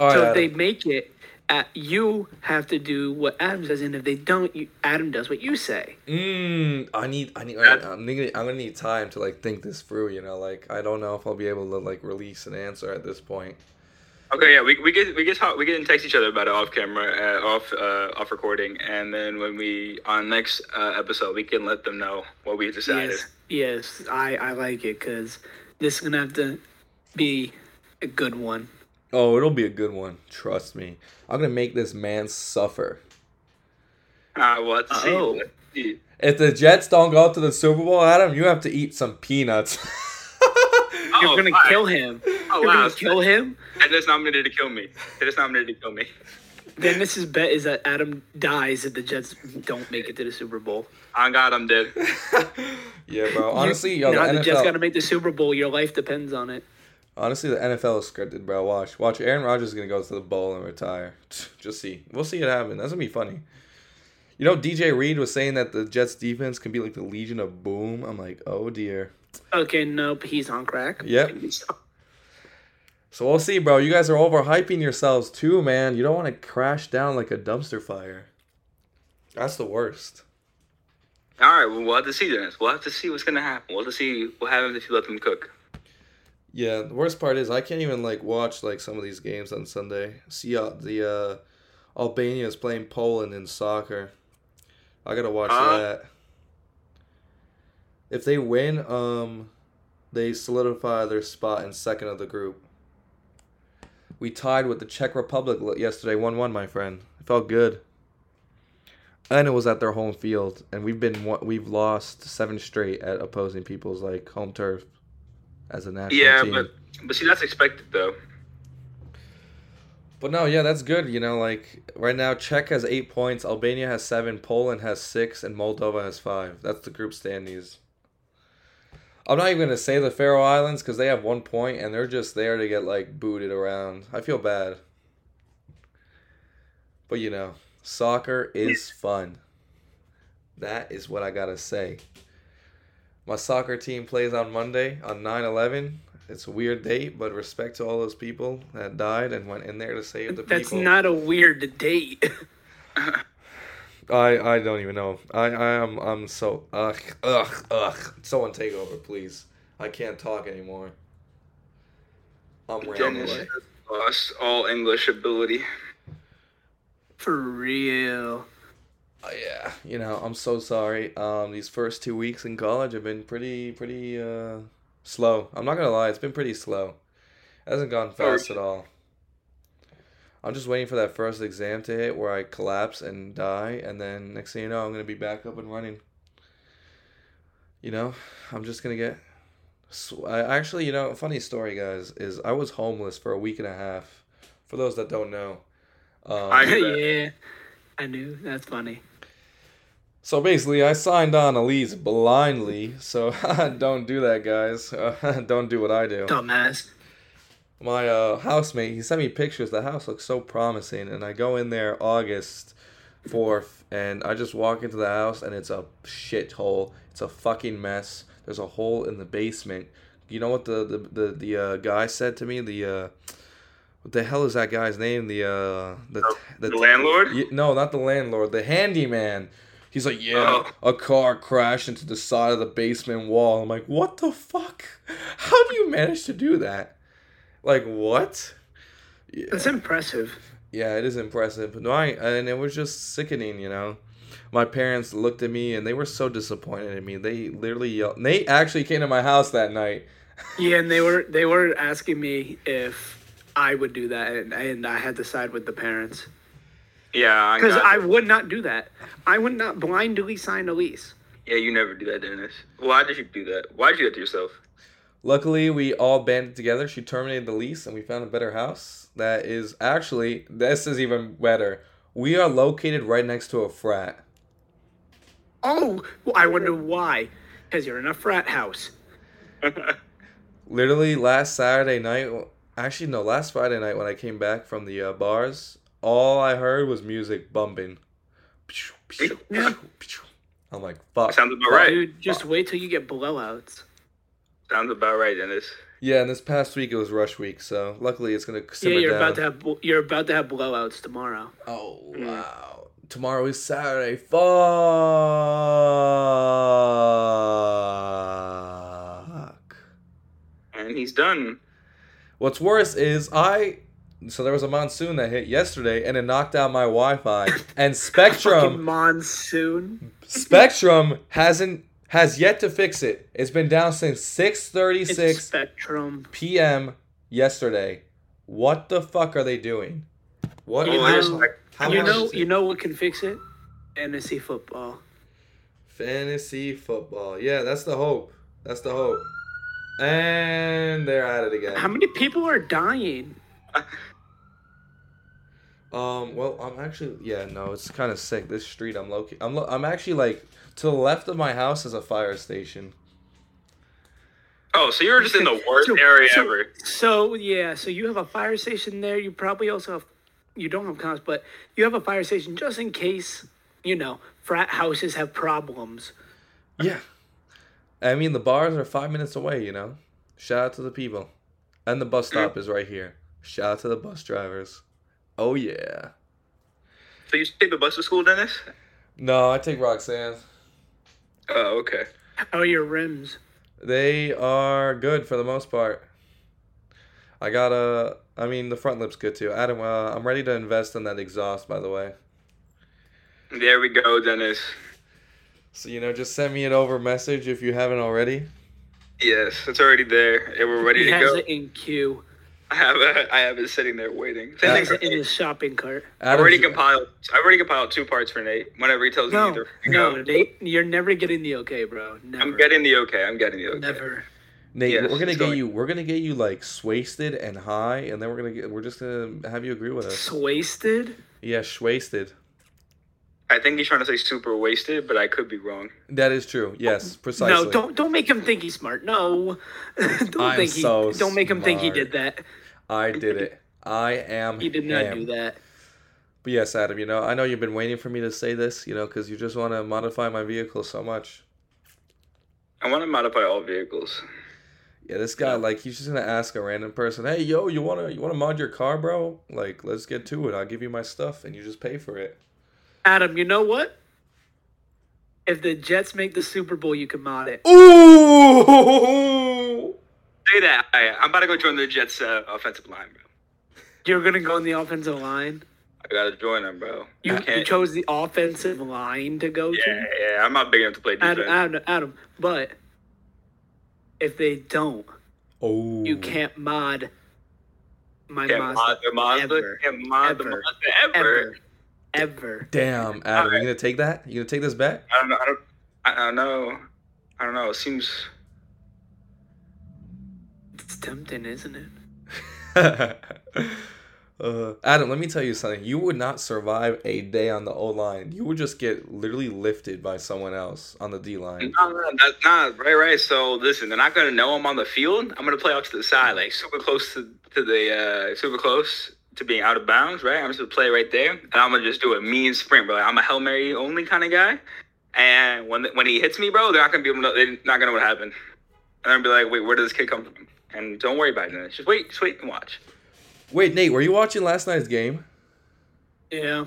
[SPEAKER 3] All
[SPEAKER 2] So
[SPEAKER 3] right,
[SPEAKER 2] if they
[SPEAKER 3] Adam.
[SPEAKER 2] make it, uh, you have to do what Adam says, and if they don't, you, Adam does what you say.
[SPEAKER 3] Mm, I need, I need,
[SPEAKER 1] That-
[SPEAKER 3] I'm, thinking, I'm gonna need time to like think this through. You know, like I don't know if I'll be able to like release an answer at this point.
[SPEAKER 1] Okay, yeah, we, we get we get hot, we get in text each other about it off camera, uh, off uh, off recording, and then when we on next uh, episode, we can let them know what we decided.
[SPEAKER 2] Yes, yes, I I like it because this is gonna have to be a good one.
[SPEAKER 3] Oh, it'll be a good one. Trust me. I'm gonna make this man suffer.
[SPEAKER 1] Uh, we'll have to see.
[SPEAKER 2] Oh.
[SPEAKER 1] Let's see.
[SPEAKER 3] If the Jets don't go to the Super Bowl, Adam, you have to eat some peanuts.
[SPEAKER 1] Oh,
[SPEAKER 2] You're gonna
[SPEAKER 1] fine.
[SPEAKER 2] kill him.
[SPEAKER 1] Oh
[SPEAKER 2] You're
[SPEAKER 1] wow!
[SPEAKER 2] gonna kill him.
[SPEAKER 1] And it's nominated to kill me. It is nominated to kill me.
[SPEAKER 2] Then this is bet is that Adam dies if the Jets don't make it to the Super Bowl.
[SPEAKER 1] On God, I'm dead.
[SPEAKER 3] yeah, bro. Honestly,
[SPEAKER 2] you,
[SPEAKER 3] yo, the
[SPEAKER 2] now the
[SPEAKER 3] NFL.
[SPEAKER 2] Jets gotta make the Super Bowl. Your life depends on it.
[SPEAKER 3] Honestly, the NFL is scripted, bro. Watch, watch. Aaron Rodgers is gonna go to the bowl and retire. Just see. We'll see it happen. That's gonna be funny. You know, DJ Reed was saying that the Jets defense can be like the Legion of Boom. I'm like, oh dear.
[SPEAKER 2] Okay, nope, he's on crack.
[SPEAKER 3] Yep. So we'll see, bro. You guys are overhyping yourselves too, man. You don't want to crash down like a dumpster fire. That's the worst.
[SPEAKER 1] All right, well, we'll have to see, Dennis. We'll have to see what's gonna happen. We'll have to see what happens if you let them cook.
[SPEAKER 3] Yeah, the worst part is I can't even like watch like some of these games on Sunday. See uh, the uh, Albania is playing Poland in soccer. I gotta watch
[SPEAKER 1] Huh?
[SPEAKER 3] that. If they win, um, they solidify their spot in second of the group. We tied with the Czech Republic l- yesterday, one-one, my friend. It felt good. And it was at their home field, and we've been wa- we've lost seven straight at opposing people's like home turf as a national
[SPEAKER 1] Yeah,
[SPEAKER 3] team.
[SPEAKER 1] but but see, that's expected though.
[SPEAKER 3] But no, yeah, that's good. You know, like right now, Czech has eight points, Albania has seven, Poland has six, and Moldova has five. That's the group standings. I'm not even gonna say the Faroe Islands because they have one point and they're just there to get like booted around. I feel bad, but you know, soccer is fun. That is what I gotta say. My soccer team plays on Monday on 9/11. It's a weird date, but respect to all those people that died and went in there to save the
[SPEAKER 2] That's
[SPEAKER 3] people.
[SPEAKER 2] not a weird date.
[SPEAKER 3] I I don't even know. I I am I'm so ugh ugh ugh. Someone take over, please. I can't talk anymore. I'm
[SPEAKER 1] Dennis
[SPEAKER 3] rambling.
[SPEAKER 1] has lost all English ability.
[SPEAKER 2] For real.
[SPEAKER 3] Uh, yeah, you know I'm so sorry. Um, these first two weeks in college have been pretty pretty uh slow. I'm not gonna lie, it's been pretty slow. It hasn't gone fast at all. I'm just waiting for that first exam to hit where I collapse and die, and then next thing you know, I'm gonna be back up and running. You know, I'm just gonna get. sw- I actually, you know, funny story, guys, is I was homeless for a week and a half. For those that don't know, um,
[SPEAKER 1] I knew that.
[SPEAKER 2] yeah. I knew. That's funny.
[SPEAKER 3] So basically, I signed on Elise blindly. So don't do that, guys. don't do what I
[SPEAKER 1] Oh.
[SPEAKER 3] do.
[SPEAKER 2] Dumbass.
[SPEAKER 3] My uh, housemate, he sent me pictures. The house looks so promising, and I go in there August fourth, and I just walk into the house, and it's a shithole. It's a fucking mess. There's a hole in the basement. You know what the the the, the uh, guy said to me? The uh, what the hell is that guy's name? The uh, the
[SPEAKER 1] The landlord?
[SPEAKER 3] Ye- no, not the landlord, the handyman. He's like, yeah, a car crashed into the side of the basement wall. I'm like, what the fuck? How do you manage to do that? Like, what?
[SPEAKER 2] That's impressive.
[SPEAKER 3] Yeah, it is impressive. But no, I, and it was just sickening, you know. My parents looked at me and they were so disappointed in me. They literally yelled. They actually came to my house that night.
[SPEAKER 2] Yeah, and they were they were asking me if I would do that, and, and I had to side with the parents
[SPEAKER 1] Yeah,
[SPEAKER 2] because
[SPEAKER 1] got
[SPEAKER 2] I
[SPEAKER 1] it.
[SPEAKER 2] would not do that. I would not blindly sign a lease.
[SPEAKER 1] Yeah, you never do that, Dennis. Why did you do that? Why did you do that to yourself?
[SPEAKER 3] Luckily, we all banded together. She terminated the lease and we found a better house. That is actually, this is even better. We are located right next to a frat.
[SPEAKER 2] Oh, well, I wonder why. Because you're in a frat house.
[SPEAKER 3] literally last Saturday night, actually no, last Friday night when I came back from the uh, bars, all I heard was music bumping.
[SPEAKER 2] Yeah.
[SPEAKER 3] I'm like, fuck.
[SPEAKER 1] Sounds about
[SPEAKER 3] fuck.
[SPEAKER 1] right.
[SPEAKER 2] Dude, just wait till you get blowouts.
[SPEAKER 1] Sounds about right, Dennis.
[SPEAKER 3] Yeah, and this past week it was rush week, so luckily it's gonna simmer
[SPEAKER 2] yeah, you're
[SPEAKER 3] down.
[SPEAKER 2] about to have Mm. bl- you're about to have blowouts tomorrow.
[SPEAKER 3] Oh wow! Tomorrow is Saturday. Fuck.
[SPEAKER 1] And he's done.
[SPEAKER 3] What's worse is I. So there was a monsoon that hit yesterday, and it knocked out my Wi-Fi.
[SPEAKER 2] Fucking
[SPEAKER 3] And Spectrum,
[SPEAKER 2] monsoon.
[SPEAKER 3] Spectrum hasn't has yet to fix it. It's been down since
[SPEAKER 2] It's
[SPEAKER 3] 6:36
[SPEAKER 2] Spectrum.
[SPEAKER 3] p.m. yesterday. What the fuck are they doing? What?
[SPEAKER 2] You
[SPEAKER 3] how-
[SPEAKER 2] know-
[SPEAKER 3] how
[SPEAKER 2] you
[SPEAKER 3] long
[SPEAKER 2] know,
[SPEAKER 3] is it?
[SPEAKER 2] you know what can fix it? Fantasy football.
[SPEAKER 3] Fantasy football. Yeah, that's the hope. That's the hope. And they're at it again.
[SPEAKER 2] How many people are dying?
[SPEAKER 3] Um. Well, I'm actually. Yeah. No, it's kind of sick. This street. I'm low. I'm. Lo- I'm actually like to the left of my house is a fire station.
[SPEAKER 1] Oh, so you were just in the worst
[SPEAKER 2] So-
[SPEAKER 1] area
[SPEAKER 2] so-
[SPEAKER 1] ever.
[SPEAKER 2] So yeah, so you have a fire station there. You probably also have, you don't have cops, but you have a fire station just in case you know frat houses have problems.
[SPEAKER 3] Yeah. I mean, the bars are five minutes away. You know. Shout out to the people, and the bus stop is right here. Shout out to the bus drivers. Oh yeah.
[SPEAKER 1] So you take the bus to school, Dennis?
[SPEAKER 3] No, I take Roxanne.
[SPEAKER 1] Oh, okay.
[SPEAKER 2] How are your rims?
[SPEAKER 3] They are good for the most part. I got a. I mean, the front lip's good too. Adam, uh, I'm ready to invest in that exhaust. By the way.
[SPEAKER 1] There we go, Dennis.
[SPEAKER 3] So you know, just send me an over message if you haven't already.
[SPEAKER 1] Yes, it's already there, and we're ready
[SPEAKER 2] He
[SPEAKER 1] to
[SPEAKER 2] has
[SPEAKER 1] go.
[SPEAKER 2] it in queue.
[SPEAKER 1] I have a, I have it sitting there waiting.
[SPEAKER 2] He
[SPEAKER 1] Same thing
[SPEAKER 2] has
[SPEAKER 1] for
[SPEAKER 2] it in
[SPEAKER 1] Nate.
[SPEAKER 2] his shopping cart.
[SPEAKER 1] I've
[SPEAKER 3] Adam,
[SPEAKER 1] already compiled. I've already compiled two parts for Nate. Whenever he tells me
[SPEAKER 2] No,
[SPEAKER 1] either,
[SPEAKER 2] no, Nate, you're never getting the okay, bro. Never.
[SPEAKER 1] I'm getting the okay. I'm getting the okay.
[SPEAKER 2] Never.
[SPEAKER 3] Nate,
[SPEAKER 1] Yes,
[SPEAKER 3] we're gonna
[SPEAKER 1] it's
[SPEAKER 3] get
[SPEAKER 1] going.
[SPEAKER 3] you. We're gonna get you like swasted and high, and then we're gonna get. We're just gonna have you agree with us.
[SPEAKER 2] Wasted.
[SPEAKER 3] Yeah, swasted.
[SPEAKER 1] I think he's trying to say super wasted, but I could be wrong.
[SPEAKER 3] That is true. Yes, precisely.
[SPEAKER 2] No, don't don't make him think he's smart. No, don't
[SPEAKER 3] I'm
[SPEAKER 2] think he.
[SPEAKER 3] so
[SPEAKER 2] don't make him think he
[SPEAKER 3] smart.
[SPEAKER 2] did that.
[SPEAKER 3] I did it. I am.
[SPEAKER 2] He did not
[SPEAKER 3] ham.
[SPEAKER 2] do that.
[SPEAKER 3] But yes, Adam. You know, I know you've been waiting for me to say this. You know, because you just want to modify my vehicle so much.
[SPEAKER 1] I want to modify all vehicles.
[SPEAKER 3] Yeah, this guy, like, he's just gonna ask a random person, "Hey, yo, you wanna you wanna mod your car, bro? Like, let's get to it. I'll give you my stuff, and you just pay for it."
[SPEAKER 2] Adam, you know what? If the Jets make the Super Bowl, you can mod it.
[SPEAKER 3] Ooh!
[SPEAKER 1] Say that. I, I'm about to go join the Jets uh, offensive line, bro.
[SPEAKER 2] You're gonna go on the offensive line.
[SPEAKER 1] I gotta join them, bro.
[SPEAKER 2] You,
[SPEAKER 1] I
[SPEAKER 2] you
[SPEAKER 1] can't.
[SPEAKER 2] chose the offensive line to go
[SPEAKER 1] yeah,
[SPEAKER 2] to.
[SPEAKER 1] yeah. I'm not big enough to play defense.
[SPEAKER 2] Adam, Adam, Adam. But if they don't,
[SPEAKER 3] Oh!
[SPEAKER 2] you can't mod my
[SPEAKER 1] can't
[SPEAKER 2] Mazda
[SPEAKER 1] mod the Mazda.
[SPEAKER 2] Ever.
[SPEAKER 1] Can't mod the
[SPEAKER 2] Ever.
[SPEAKER 1] Mazda ever.
[SPEAKER 2] ever, ever.
[SPEAKER 3] Damn, Adam, you gonna take that? You gonna take this bet?
[SPEAKER 1] I don't know. I don't. I don't know. I don't know. It seems.
[SPEAKER 2] It's tempting, isn't it?
[SPEAKER 3] uh, Adam, let me tell you something. You would not survive a day on the O line. You would just get literally lifted by someone else on the D line.
[SPEAKER 1] No, no, that's not right. Right. So listen, they're not gonna know I'm on the field. I'm gonna play out to the side, like super close to, to the uh, super close to being out of bounds. Right. I'm just gonna play right there, and I'm gonna just do a mean sprint, bro. I'm a hail mary only kind of guy, and when when he hits me, bro, they're not gonna be able. To, they're not gonna know what happened. And I'm gonna be like, wait, where did this kid come from? And don't worry about it. Just wait, just wait and watch.
[SPEAKER 3] Wait, Nate, were you watching last night's game?
[SPEAKER 2] Yeah.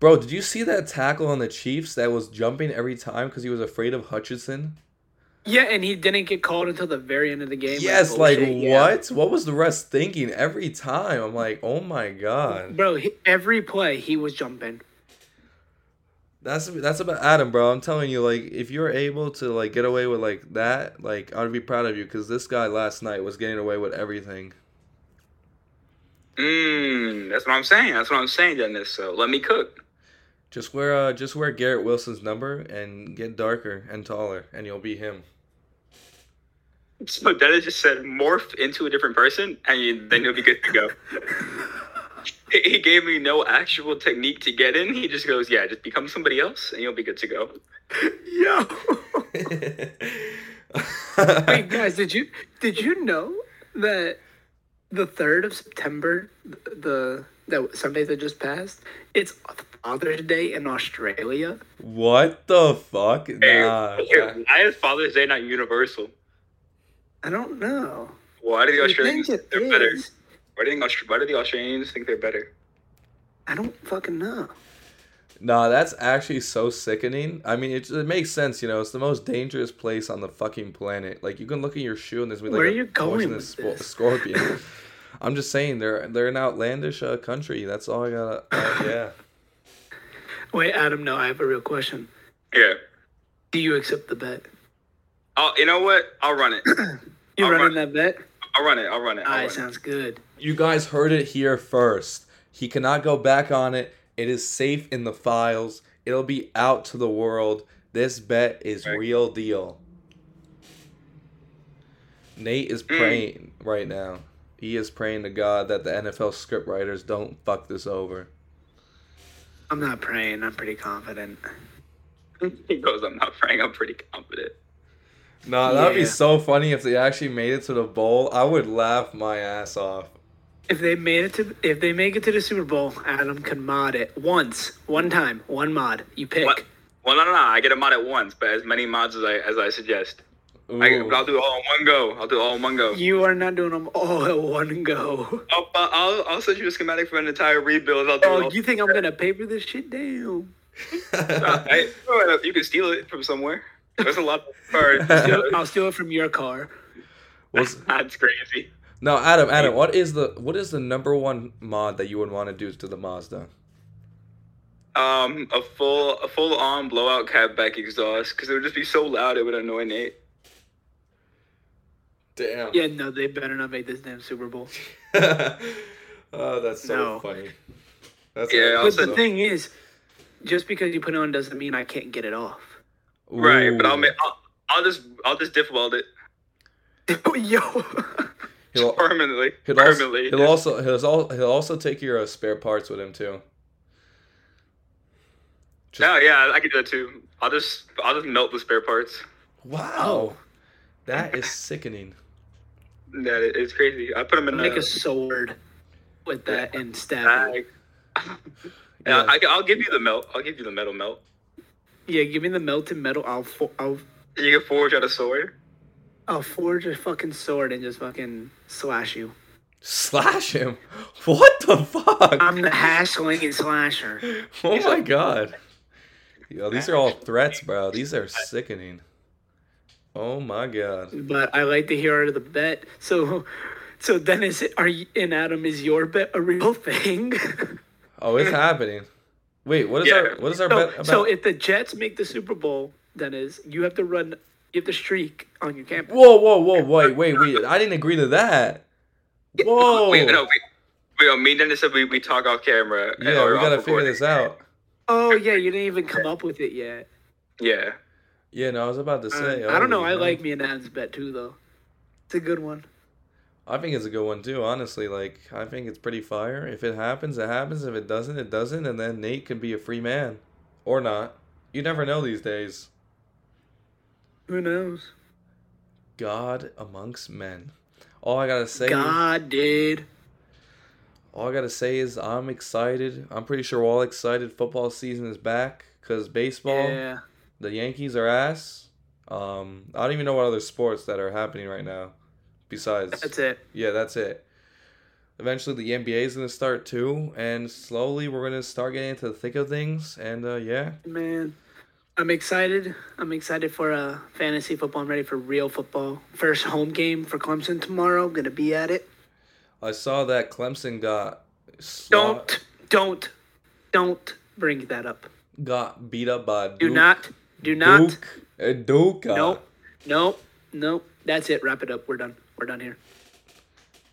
[SPEAKER 3] Bro, did you see that tackle on the Chiefs that was jumping every time because he was afraid of Hutchinson?
[SPEAKER 2] Yeah, and he didn't get called until the very end of the game.
[SPEAKER 3] yes, like
[SPEAKER 2] bullshit, yeah.
[SPEAKER 3] what? What was the rest thinking every time? I'm like, oh my god,
[SPEAKER 2] Bro, he, every play he was jumping.
[SPEAKER 3] that's that's about Adam, bro. I'm telling you, like, if you're able to like get away with like that, like, I'd be proud of you because this guy last night was getting away with everything.
[SPEAKER 1] Mmm. That's what I'm saying. That's what I'm saying, Dennis. So let me cook.
[SPEAKER 3] Just wear uh, just wear Garrett Wilson's number and get darker and taller, and you'll be him.
[SPEAKER 1] So Dennis just said morph into a different person, and you, then you'll be good to go. he he gave me no actual technique to get in. He just goes, "Yeah, just become somebody else, and you'll be good to go."
[SPEAKER 2] Yo. Wait, guys, did you did you know that the third of September, th- the that Sunday that just passed, it's Father's Day in Australia.
[SPEAKER 3] what the fuck?
[SPEAKER 1] Hey,
[SPEAKER 3] Nah.
[SPEAKER 1] hey, why is Father's Day not universal?
[SPEAKER 2] I don't know.
[SPEAKER 1] Why do the
[SPEAKER 2] You think
[SPEAKER 1] Australians think
[SPEAKER 2] it
[SPEAKER 1] they're better?
[SPEAKER 2] is?
[SPEAKER 1] Why do, you think Austra- why do the Australians think they're better?
[SPEAKER 2] I don't fucking know.
[SPEAKER 3] Nah, that's actually so sickening. I mean, it, it makes sense, you know. It's the most dangerous place on the fucking planet. Like, you can look at your shoe and there's like
[SPEAKER 2] Where
[SPEAKER 3] a
[SPEAKER 2] are you going
[SPEAKER 3] poisonous
[SPEAKER 2] with this?
[SPEAKER 3] scorpion. I'm just saying they're they're an outlandish uh, country. That's all I gotta. Uh, yeah.
[SPEAKER 2] Wait, Adam, no, I have a real question.
[SPEAKER 1] Yeah.
[SPEAKER 2] Do you accept the bet?
[SPEAKER 1] Oh, you know what? I'll run it.
[SPEAKER 2] You
[SPEAKER 1] All
[SPEAKER 2] running that bet?
[SPEAKER 1] I'll run it. I'll run it. I'll
[SPEAKER 2] Aye,
[SPEAKER 1] run it.
[SPEAKER 2] sounds good.
[SPEAKER 3] You guys heard it here first. He cannot go back on it. It is safe in the files. It'll be out to the world. This bet is
[SPEAKER 1] Right.
[SPEAKER 3] real deal. Nate
[SPEAKER 1] Hmm.
[SPEAKER 3] is praying right now. He is praying to God that the NFL script writers don't fuck this over.
[SPEAKER 2] I'm not praying. I'm pretty confident.
[SPEAKER 1] He goes, I'm not praying. I'm pretty confident.
[SPEAKER 3] Nah, that'd be
[SPEAKER 2] Yeah.
[SPEAKER 3] so funny if they actually made it to the bowl. I would laugh my ass off.
[SPEAKER 2] If they made it to, if they make it to the Super Bowl, Adam can mod it once, one time, one mod. You pick.
[SPEAKER 1] What? Well, no, no, no. I get a mod at once, but as many mods as I as I suggest. I,
[SPEAKER 3] Ooh.
[SPEAKER 1] I'll do it all in one go. I'll do it all in one go.
[SPEAKER 2] You are not doing them all at one go.
[SPEAKER 1] I'll, Oh, uh, I'll, I'll send you a schematic for an entire rebuild. I'll do it
[SPEAKER 2] Oh,
[SPEAKER 1] all.
[SPEAKER 2] you think I'm gonna paper this shit? Damn.
[SPEAKER 1] I, you can steal it from somewhere. There's a lot of cards.
[SPEAKER 2] Steal- I'll steal it from your car.
[SPEAKER 3] What's-
[SPEAKER 1] That's crazy.
[SPEAKER 3] No, Adam, Adam, what is the what is the number one mod that you would want to do to the Mazda?
[SPEAKER 1] Um, a full a full on blowout cat back exhaust because it would just be so loud it would annoy Nate.
[SPEAKER 3] Damn.
[SPEAKER 2] Yeah, no, they better not make this damn Super Bowl.
[SPEAKER 3] oh, that's so
[SPEAKER 2] No.
[SPEAKER 3] funny. That's
[SPEAKER 1] Yeah, I'll
[SPEAKER 2] But
[SPEAKER 1] Also-
[SPEAKER 2] the thing is, just because you put it on doesn't mean I can't get it off.
[SPEAKER 1] Right, but I'll
[SPEAKER 3] Ooh.
[SPEAKER 1] make I'll, I'll just I'll just diff weld it
[SPEAKER 2] Yo.
[SPEAKER 3] He'll,
[SPEAKER 1] permanently.
[SPEAKER 3] he'll also,
[SPEAKER 1] permanently.
[SPEAKER 3] he'll also he'll also he'll also take your uh, spare parts with him too. Just-
[SPEAKER 1] no, Oh, yeah, I could do that too. I'll just I'll just melt the spare parts.
[SPEAKER 3] Wow. Oh. That is sickening.
[SPEAKER 1] That it- it's crazy. I put them in
[SPEAKER 2] Make
[SPEAKER 1] a
[SPEAKER 2] a sword with that and stab. it.
[SPEAKER 1] bag. Yeah,
[SPEAKER 3] Yeah.
[SPEAKER 1] I, I'll give you the melt. I'll give you the metal melt.
[SPEAKER 2] Yeah, give me the melted metal. I'll fo- I'll
[SPEAKER 1] You can forge out a sword.
[SPEAKER 2] I'll forge a fucking sword and just fucking slash you.
[SPEAKER 3] Slash him. What the fuck?
[SPEAKER 2] I'm the hassling and slasher.
[SPEAKER 3] Oh my god. Yo, these are all threats, bro. These are sickening. Oh my god.
[SPEAKER 2] But I like to hear out of the bet. So, so Dennis, are you, and Adam, is your bet a real thing?
[SPEAKER 3] Oh, it's happening. Wait, what is
[SPEAKER 1] Yeah.
[SPEAKER 3] our what is our
[SPEAKER 2] so,
[SPEAKER 3] bet about?
[SPEAKER 2] so if the Jets make the Super Bowl, Dennis, you have to run, you have to streak on your campus.
[SPEAKER 3] whoa, whoa, whoa, wait, wait, wait. I didn't agree to that. Whoa.
[SPEAKER 1] Wait, no, wait. Wait, oh, me and Dennis said we, we talk off camera. uh,
[SPEAKER 3] yeah,
[SPEAKER 1] or
[SPEAKER 3] we
[SPEAKER 1] off
[SPEAKER 3] gotta figure
[SPEAKER 1] recording.
[SPEAKER 3] this out.
[SPEAKER 2] Oh yeah, you didn't even come up with it yet.
[SPEAKER 1] Yeah.
[SPEAKER 3] Yeah, no, I was about to
[SPEAKER 2] Um,
[SPEAKER 3] say.
[SPEAKER 2] I don't know.
[SPEAKER 3] holy
[SPEAKER 2] I
[SPEAKER 3] man.
[SPEAKER 2] like me and Adam's bet too, though. It's a good one.
[SPEAKER 3] I think it's a good one too, honestly. Like, I think it's pretty fire. If it happens, it happens. If it doesn't, it doesn't. And then Nate can be a free man. Or not. You never know these days.
[SPEAKER 2] Who knows?
[SPEAKER 3] God amongst men. All I gotta say
[SPEAKER 2] God did.
[SPEAKER 3] all I gotta say is I'm excited. I'm pretty sure we're all excited football season is back. Cause baseball,
[SPEAKER 2] Yeah.
[SPEAKER 3] the Yankees are ass. Um I don't even know what other sports that are happening right now. Besides
[SPEAKER 2] That's it.
[SPEAKER 3] Yeah, that's it. Eventually, the NBA is going to start too, and slowly we're going to start getting into the thick of things. And uh, yeah,
[SPEAKER 2] Man, I'm excited. I'm excited for uh, fantasy football. I'm ready for real football. First home game for Clemson tomorrow. Gonna be at it.
[SPEAKER 3] I saw that Clemson got sla-
[SPEAKER 2] Don't, don't, don't bring that up.
[SPEAKER 3] got beat up by Duke.
[SPEAKER 2] Do not, do not.
[SPEAKER 3] Duke. Uh, Duke. uh,
[SPEAKER 2] Nope, nope, nope. That's it. Wrap it up. We're done. We're done here.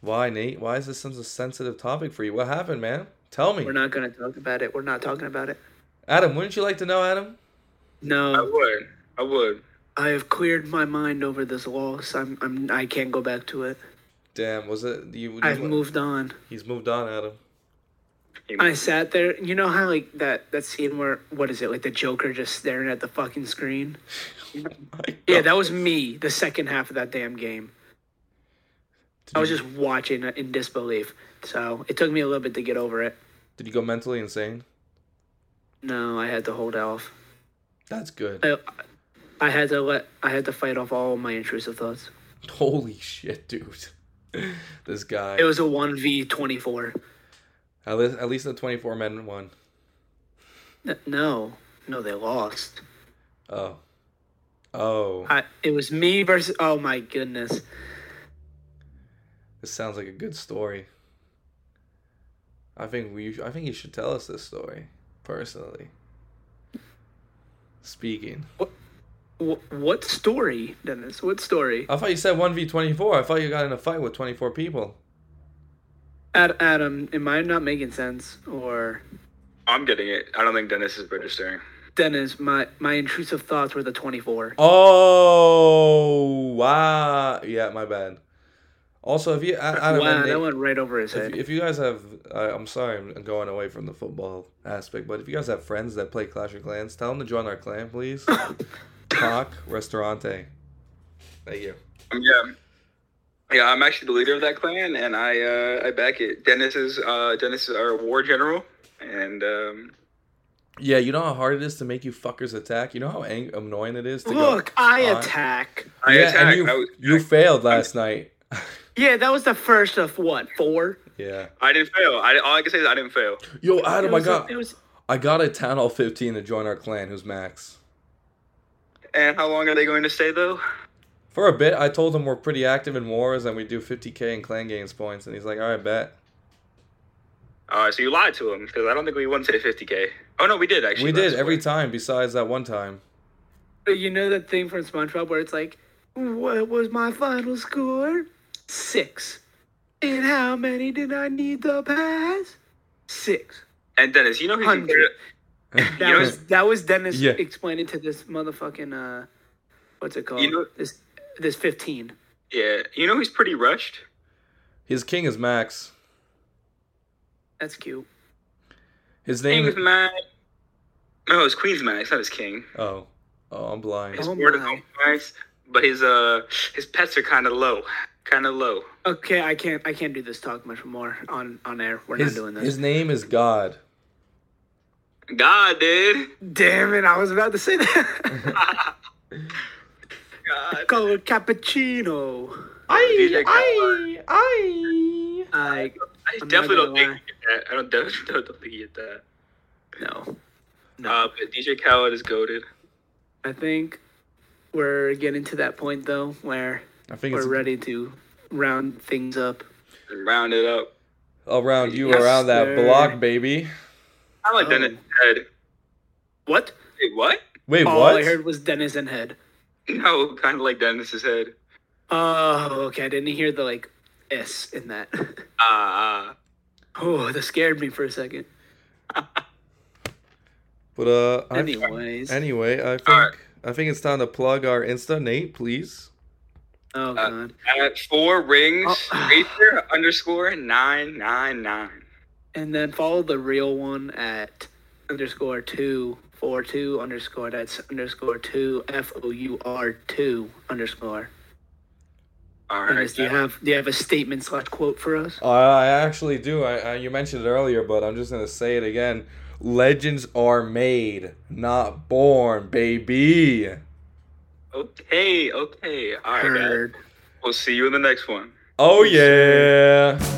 [SPEAKER 3] Why, Nate? Why is this such a sensitive topic for you? What happened, man? Tell me.
[SPEAKER 2] We're not gonna talk about it. We're not talking about it.
[SPEAKER 3] Adam, wouldn't you like to know, Adam?
[SPEAKER 1] I
[SPEAKER 2] No,
[SPEAKER 1] would. I would.
[SPEAKER 2] I have cleared my mind over this loss. I'm, I'm, I can't go back to it.
[SPEAKER 3] Damn, was it you?
[SPEAKER 2] I've moved on.
[SPEAKER 3] He's moved on, Adam.
[SPEAKER 2] I sat there. You know how like that that scene where what is it like the Joker just staring at the fucking screen? Yeah, that was me. The second half of that damn game,
[SPEAKER 3] Did
[SPEAKER 2] I was
[SPEAKER 3] you-
[SPEAKER 2] just watching in disbelief. So it took me a little bit to get over it.
[SPEAKER 3] Did you go mentally insane?
[SPEAKER 2] No, I had to hold off.
[SPEAKER 3] That's good.
[SPEAKER 2] I, I had to let I had to fight off all my intrusive thoughts.
[SPEAKER 3] Holy shit, dude. this guy.
[SPEAKER 2] It was a one v twenty four.
[SPEAKER 3] At least, at least the 24 men won.
[SPEAKER 2] No, no, they lost.
[SPEAKER 3] Oh. Oh.
[SPEAKER 2] I, it was me versus. Oh my goodness.
[SPEAKER 3] This sounds like a good story. I think we I think you should tell us this story personally. Speaking.
[SPEAKER 2] Wh- what story, Dennis? What story?
[SPEAKER 3] I thought you said 1v24. I thought you got in a fight with 24 people.
[SPEAKER 2] Ad- Adam, am I not making sense? Or
[SPEAKER 1] I'm getting it. I don't think Dennis is registering.
[SPEAKER 2] Dennis, my my intrusive thoughts were the 24.
[SPEAKER 3] Oh, wow. Yeah, my bad. Also, if you I, I don't
[SPEAKER 2] wow,
[SPEAKER 3] know,
[SPEAKER 2] that
[SPEAKER 3] Nate-
[SPEAKER 2] went right over his
[SPEAKER 3] if,
[SPEAKER 2] head.
[SPEAKER 3] if you guys have I, i'm sorry i'm going away from the football aspect but if you guys have friends that play clash of clans tell them to join our clan please talk restaurante thank you
[SPEAKER 1] Um, yeah. Yeah, I'm actually the leader of that clan, and I uh, I back it. Dennis is uh, Dennis is our war general, and um,
[SPEAKER 3] yeah you know how hard it is to make you fuckers attack you know how ang- annoying it is to
[SPEAKER 2] Look,
[SPEAKER 3] go,
[SPEAKER 2] I
[SPEAKER 3] on-
[SPEAKER 2] attack.
[SPEAKER 1] I
[SPEAKER 3] yeah,
[SPEAKER 1] attack.
[SPEAKER 3] and you,
[SPEAKER 1] I, was,
[SPEAKER 3] you failed last night
[SPEAKER 2] Yeah, that was the first of what four.
[SPEAKER 3] yeah
[SPEAKER 1] I didn't fail. I, all I can say is I didn't fail.
[SPEAKER 3] yo adam
[SPEAKER 2] It
[SPEAKER 3] i
[SPEAKER 2] was a-
[SPEAKER 3] got
[SPEAKER 2] It was
[SPEAKER 3] i got a town hall 15 to join our clan who's max
[SPEAKER 1] And how long are they going to stay though?
[SPEAKER 3] for a bit i told him we're pretty active in wars and we do 50k in clan games points and he's like all right bet
[SPEAKER 1] All right, Uh, so you lied to him because I don't think we won to 50k. Oh no, we did actually.
[SPEAKER 3] we did
[SPEAKER 1] last
[SPEAKER 3] every
[SPEAKER 1] week.
[SPEAKER 3] time besides that one time
[SPEAKER 2] but you know that thing from SpongeBob where it's like, what was my final score? Six. And how many did I need to pass? Six.
[SPEAKER 1] And Dennis, you know who you
[SPEAKER 2] Hundred. That
[SPEAKER 1] You know-
[SPEAKER 2] was that was Dennis
[SPEAKER 3] Yeah.
[SPEAKER 2] explaining to this motherfucking uh, what's it called?
[SPEAKER 1] You know-
[SPEAKER 2] this this fifteen.
[SPEAKER 1] yeah, you know who's pretty rushed.
[SPEAKER 3] His king is Max.
[SPEAKER 2] That's cute.
[SPEAKER 3] His
[SPEAKER 1] Name
[SPEAKER 3] name
[SPEAKER 1] is Matt. No, it's Queen's Max, not his king.
[SPEAKER 3] Oh, oh, I'm blind.
[SPEAKER 1] His
[SPEAKER 2] Oh
[SPEAKER 1] board is
[SPEAKER 2] my.
[SPEAKER 1] almost max, but his uh his pets are kind of low, kind of low.
[SPEAKER 2] Okay, I can't. I can't do this talk much more on on air. We're
[SPEAKER 3] his,
[SPEAKER 2] not doing this.
[SPEAKER 3] his name is God.
[SPEAKER 1] God, dude.
[SPEAKER 2] Damn it! I was about to say that.
[SPEAKER 1] God.
[SPEAKER 2] Go cappuccino.
[SPEAKER 1] DJ
[SPEAKER 3] I,
[SPEAKER 1] God.
[SPEAKER 3] I, I.
[SPEAKER 2] I
[SPEAKER 1] I
[SPEAKER 2] I'm not
[SPEAKER 1] definitely
[SPEAKER 2] gonna
[SPEAKER 1] don't think
[SPEAKER 2] lie.
[SPEAKER 1] you get that. I don't def- don't think you get that.
[SPEAKER 2] no.
[SPEAKER 1] Uh, but DJ Khaled is goaded.
[SPEAKER 2] I think we're getting to that point though where
[SPEAKER 3] I think it's
[SPEAKER 2] we're ready to round things up.
[SPEAKER 1] Round it up.
[SPEAKER 3] around you,
[SPEAKER 2] Yes,
[SPEAKER 3] around that
[SPEAKER 2] sir.
[SPEAKER 3] block, baby.
[SPEAKER 1] I like
[SPEAKER 2] Oh.
[SPEAKER 1] Dennis Head.
[SPEAKER 2] What?
[SPEAKER 1] Wait, what?
[SPEAKER 3] Wait,
[SPEAKER 2] All
[SPEAKER 3] what?
[SPEAKER 2] Oh, I heard was Dennis and Head.
[SPEAKER 1] No, kind of like Dennis's head.
[SPEAKER 2] Oh, okay. I didn't hear the like S in that.
[SPEAKER 1] Ah, ah.
[SPEAKER 2] Oh, that scared me for a second.
[SPEAKER 3] But uh, I-
[SPEAKER 2] Anyways,
[SPEAKER 3] anyway, I think
[SPEAKER 1] Alright.
[SPEAKER 3] I think it's time to plug our Insta, Nate, please.
[SPEAKER 2] oh
[SPEAKER 1] uh,
[SPEAKER 2] god.
[SPEAKER 1] at four rings,
[SPEAKER 2] Oh.
[SPEAKER 1] Racer underscore nine nine nine.
[SPEAKER 2] And then follow the real one at underscore two four two underscore that's underscore two f o u r two underscore.
[SPEAKER 1] All right.
[SPEAKER 2] Dennis, do you have do you have a statement slash quote for us?
[SPEAKER 3] Uh, I actually do. I, I you mentioned it earlier, but I'm just gonna say it again. Legends are made, not born, baby.
[SPEAKER 1] okay, okay. All right, guys.
[SPEAKER 2] Heard.
[SPEAKER 1] We'll see you in the next one.
[SPEAKER 3] Oh
[SPEAKER 2] Yes, sir.
[SPEAKER 3] yeah.